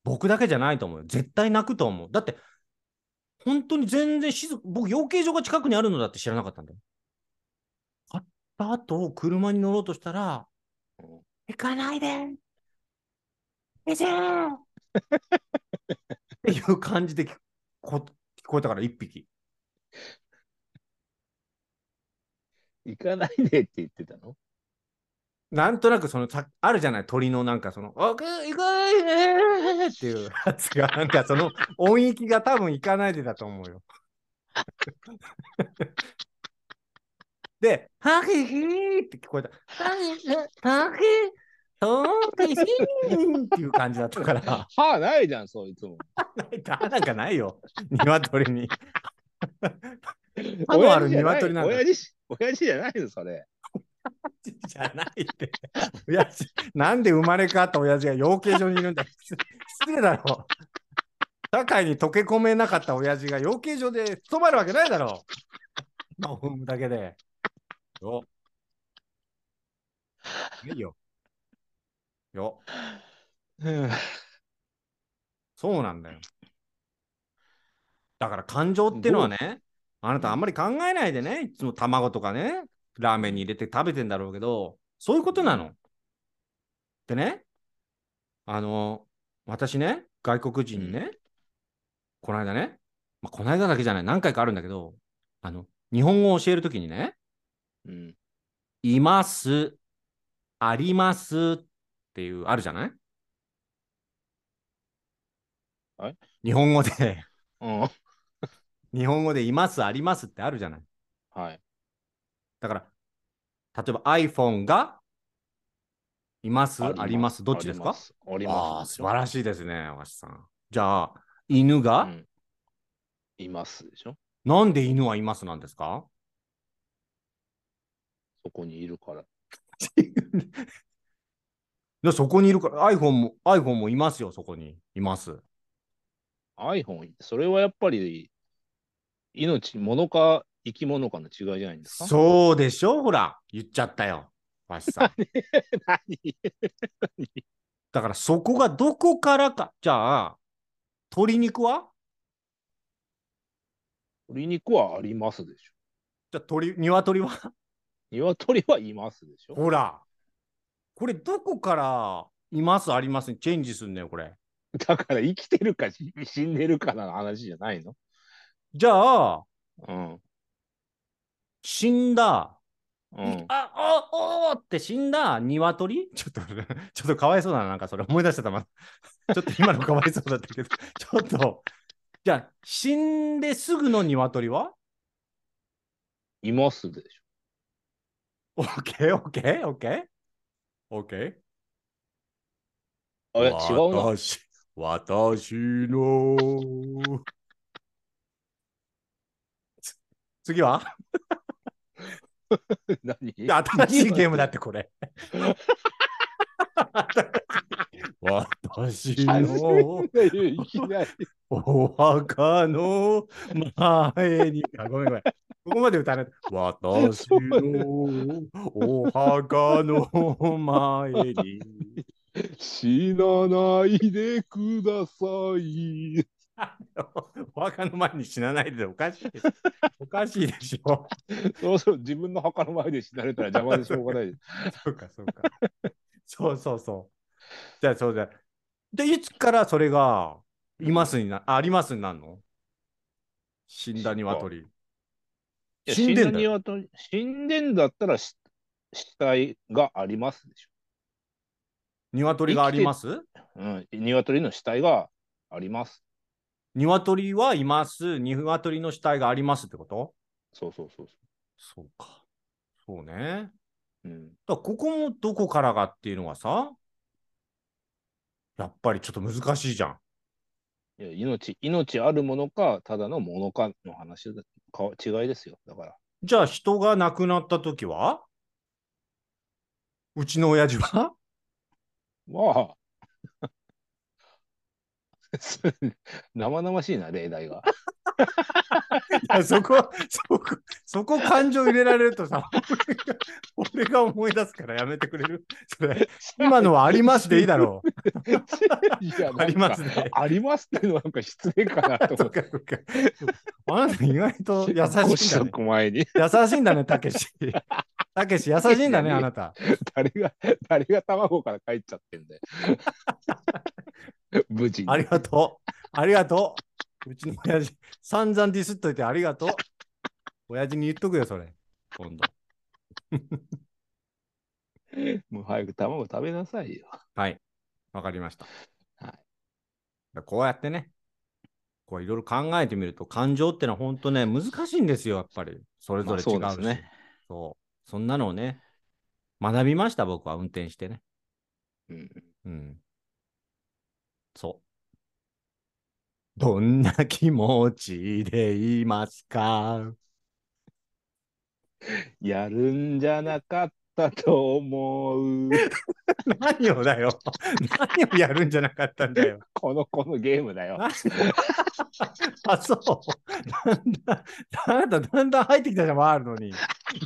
僕だけじゃないと思うよ。絶対泣くと思う。だって、本当に全然静か、僕、養鶏場が近くにあるのだって知らなかったんだよ。買った後、車に乗ろうとしたら、
行かないで。店
っていう感じで聞こ聞こえたから、一匹。
行かないでって言ってたの
なんとなくそのさあるじゃない鳥のなんかその「あく行かないで」っていうやつがなんかその音域が多分行かないでだと思うよ。 で「ハヒヒー」って聞こえた。ハヒヒハヒトーヒヒーっていう感じだったから
歯ないじゃん、そいつも。
なんかないよ 鶏に。歯のあ
親
る
父じゃない
鶏なんだ
親父親父じゃないの、それ。
じゃないって。親父なんで生まれ変わった親父が養鶏場にいるんだよ。失失礼だろ。社会に溶け込めなかった親父が養鶏場で勤まるわけないだろ。まあ、踏むだけで。よ。いいよ。よ。
うん
そうなんだよ。だから感情ってのはね、あなたあんまり考えないでね、いつも卵とかね、ラーメンに入れて食べてんだろうけど、そういうことなの。でね、あの、私ね、外国人にね、この間ね、まあ、この間だけじゃない、何回かあるんだけど、あの、日本語を教えるときにね、
うん、
います、ありますっていう、あるじゃない
はい
日本語で
うん
日本語でいます、ありますってあるじゃない。
はい。
だから、例えば iPhone がいます、あります、どっちですか
あり
あ
ま
あ、
す。
素晴らしいですね、わしさん。じゃあ、犬が、
うんいますでしょ
なんで犬はいますなんですか
そこにいるから。
でそこにいるから、iPhone も、iPhone もいますよ、そこに。います。
iPhone、それはやっぱり命、物か生き物かの違いじゃないんですか
そうでしょ、ほら、言っちゃったよ、わしさん。
何
だからそこがどこからか。じゃあ、鶏肉は
鶏肉はありますでしょ。
じゃあ鳥、鶏は
鶏はいますでしょ
ほら、これどこからいますありますにチェンジすんだよ、これ。
だから生きてるかし死んでるかの話じゃないの
じゃあ、
うん。
死んだ、
うん、
あ、あ、おーって死んだ鶏ちょっと、ちょっとかわいそうだな、なんかそれ思い出しちゃった、ま た。ちょっと今のかわいそうだったけど、ちょっと、じゃあ、死んですぐの鶏はい
ますでしょ。
オッケーオッケーオッケーオッケー
あ、いや違うな。
私、私の。つ次は
何
いや新しいゲームだって、これ。私の
いきなり。
お墓の前に。あごめんごめん。ここまで歌わない。私のお墓の前に。
死なないでください。
お墓の前に死なないでおかしいです。おかしいでしょ。
そうそう、自分の墓の前で死なれたら邪魔でしょうが ないです。
そうか、そうか。そうそうそう。じゃあ、そうだ。で、いつからそれが、いますにな、ありますになるの死んだ鶏。
いや
死んでんだ
死んだ鶏死んでんだったらし死体がありますでし
鶏があります
ょ。うん。鶏の死体があります。
鶏はいます。鶏の死体がありますってこと
そうそうそうそ
そうか。そうね。
う。うん。
だからここもどこからがっていうのがさ、やっぱりちょっと難しいじゃん。
いや命、命あるものか、ただのものかの話だか違いですよ。だから。
じゃあ人が亡くなった時はうちの親父 は
まあ。 生々しいな、例題が。
いやそこはそこそこ感情入れられるとさ 俺が俺が思い出すからやめてくれるそれ今のはありますでいいだろう
いやなんか
あり ますね
ありますっていうのはなんか失礼かなと
そっ
思っ
かそっかあなた意外と優
て。
しいんだ
ご子
ね
息前に
優しいんだねたけしたけし優しいんだねあなた
誰が、誰が卵から帰っちゃってんだよ。 無事に。
ありがとう。ありがとう。うちの親父、散々ディスっといてありがとう。親父に言っとくよ、それ。今度。
もう早く卵食べなさいよ。
はい。わかりました。
はい
い。こうやってね、こういろいろ考えてみると、感情ってのは本当ね、難しいんですよ、やっぱり。それぞれ違うし。
まあそうですね
そう。そんなのをね、学びました、僕は運転してね。
うん、
うん。そう。どんな気持ちでいますか
やるんじゃなかったと思う。
何をだよ。何をやるんじゃなかったんだよ。
この子のゲームだよ。
何 あ、そう。だんだん、あなた、だんだん入ってきたじゃん、回るのに。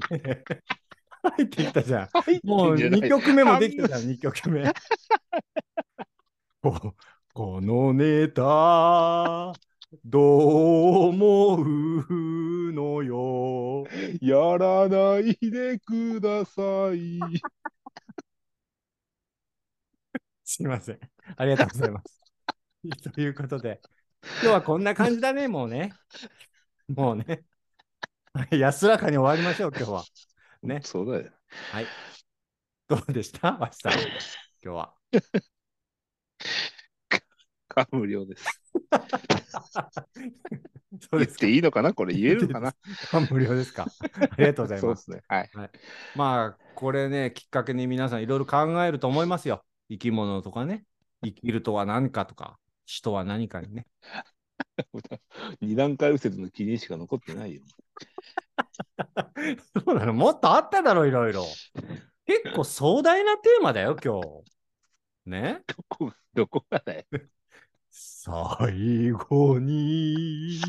入ってきたじゃん。もう2曲目もできたじゃん、2曲目。ここのネタ、どう思うのよ。
やらないでください。
すいません。ありがとうございます。 ということで、今日はこんな感じだね、もうね。もうね。安らかに終わりましょう、今日は。ね
そうだよ。
どうでしたわしさん、今日は。
感無量です。
そう
言
で
っ
す
ていいのかなこれ言えるのかな
か。無料ですか。ありがとうござい
そう
ま。
ですすね。はい。
まあ、これね、きっかけに皆さんいろいろ考えると思いますよ。生き物とかね。生きるとは何かとか、死とは何かにね。
二段階右折の記念しか残ってないよ。
そうなのもっとあっただろ、いろいろ。結構壮大なテーマだよ、今日。ね
どこが、 どこが だよ。
最後に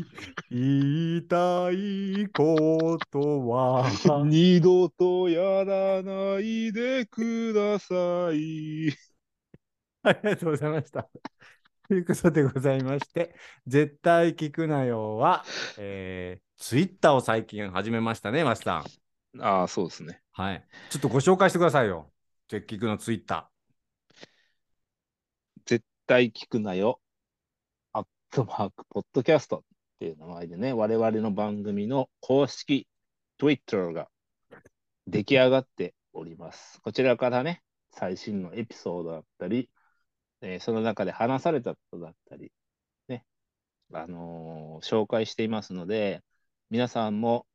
言いたいこと は
二度とやらないでください。
ありがとうございました。ということでございまして、絶対聞くなよは、えー、ツイッターを最近始めましたね、マスさん。
ああ、そうですね。
はい。ちょっとご紹介してくださいよ。絶聞くのツイッタ
絶対聞くなよ。アットマーク、ポッドキャストっていう名前でね、我々の番組の公式 Twitter が出来上がっております。こちらからね、最新のエピソードだったり、えーその中で話されたことだったり、ね、あのー紹介していますので、皆さんも、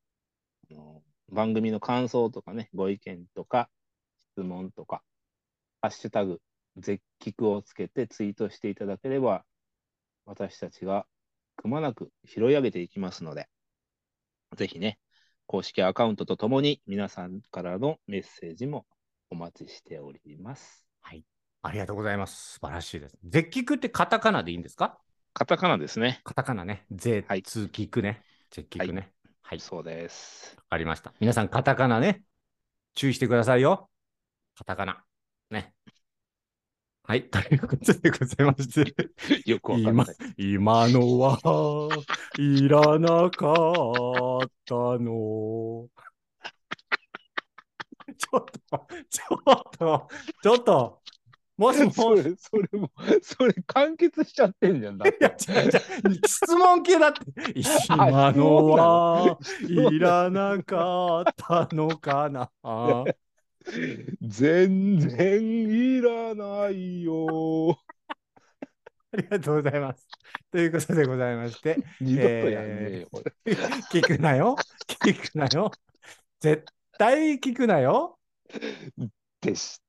あのー番組の感想とかね、ご意見とか、質問とか、ハッシュタグ、絶句をつけてツイートしていただければ、私たちがくまなく拾い上げていきますので、ぜひね、公式アカウントとともに皆さんからのメッセージもお待ちしております。
ありがとうございます。素晴らしいです。絶キクってカタカナでいいんですか
カタカナですね。
カタカナね。絶
はい
キクね。絶キクね。はい。わ、
そうです。
かりました。皆さん、カタカナね。注意してくださいよ。カタカナ。ね。はい。 ということでございまして。
よくわかんない。
今のはいらなかったの。 ちょっと、ちょっと、ちょっと、もし
そ
もし、
れ、それも、それ完結しちゃってんじゃん。だっ
いや、
て。
違う違う、質問系だ って。今のはいらなかったのかな。
全然いらない
あ
よ。
りがとうございます。ということでございまして、
二度とやんねえよ、これ。
聞くなよ、聞くなよ、絶対聞くなよ。
でし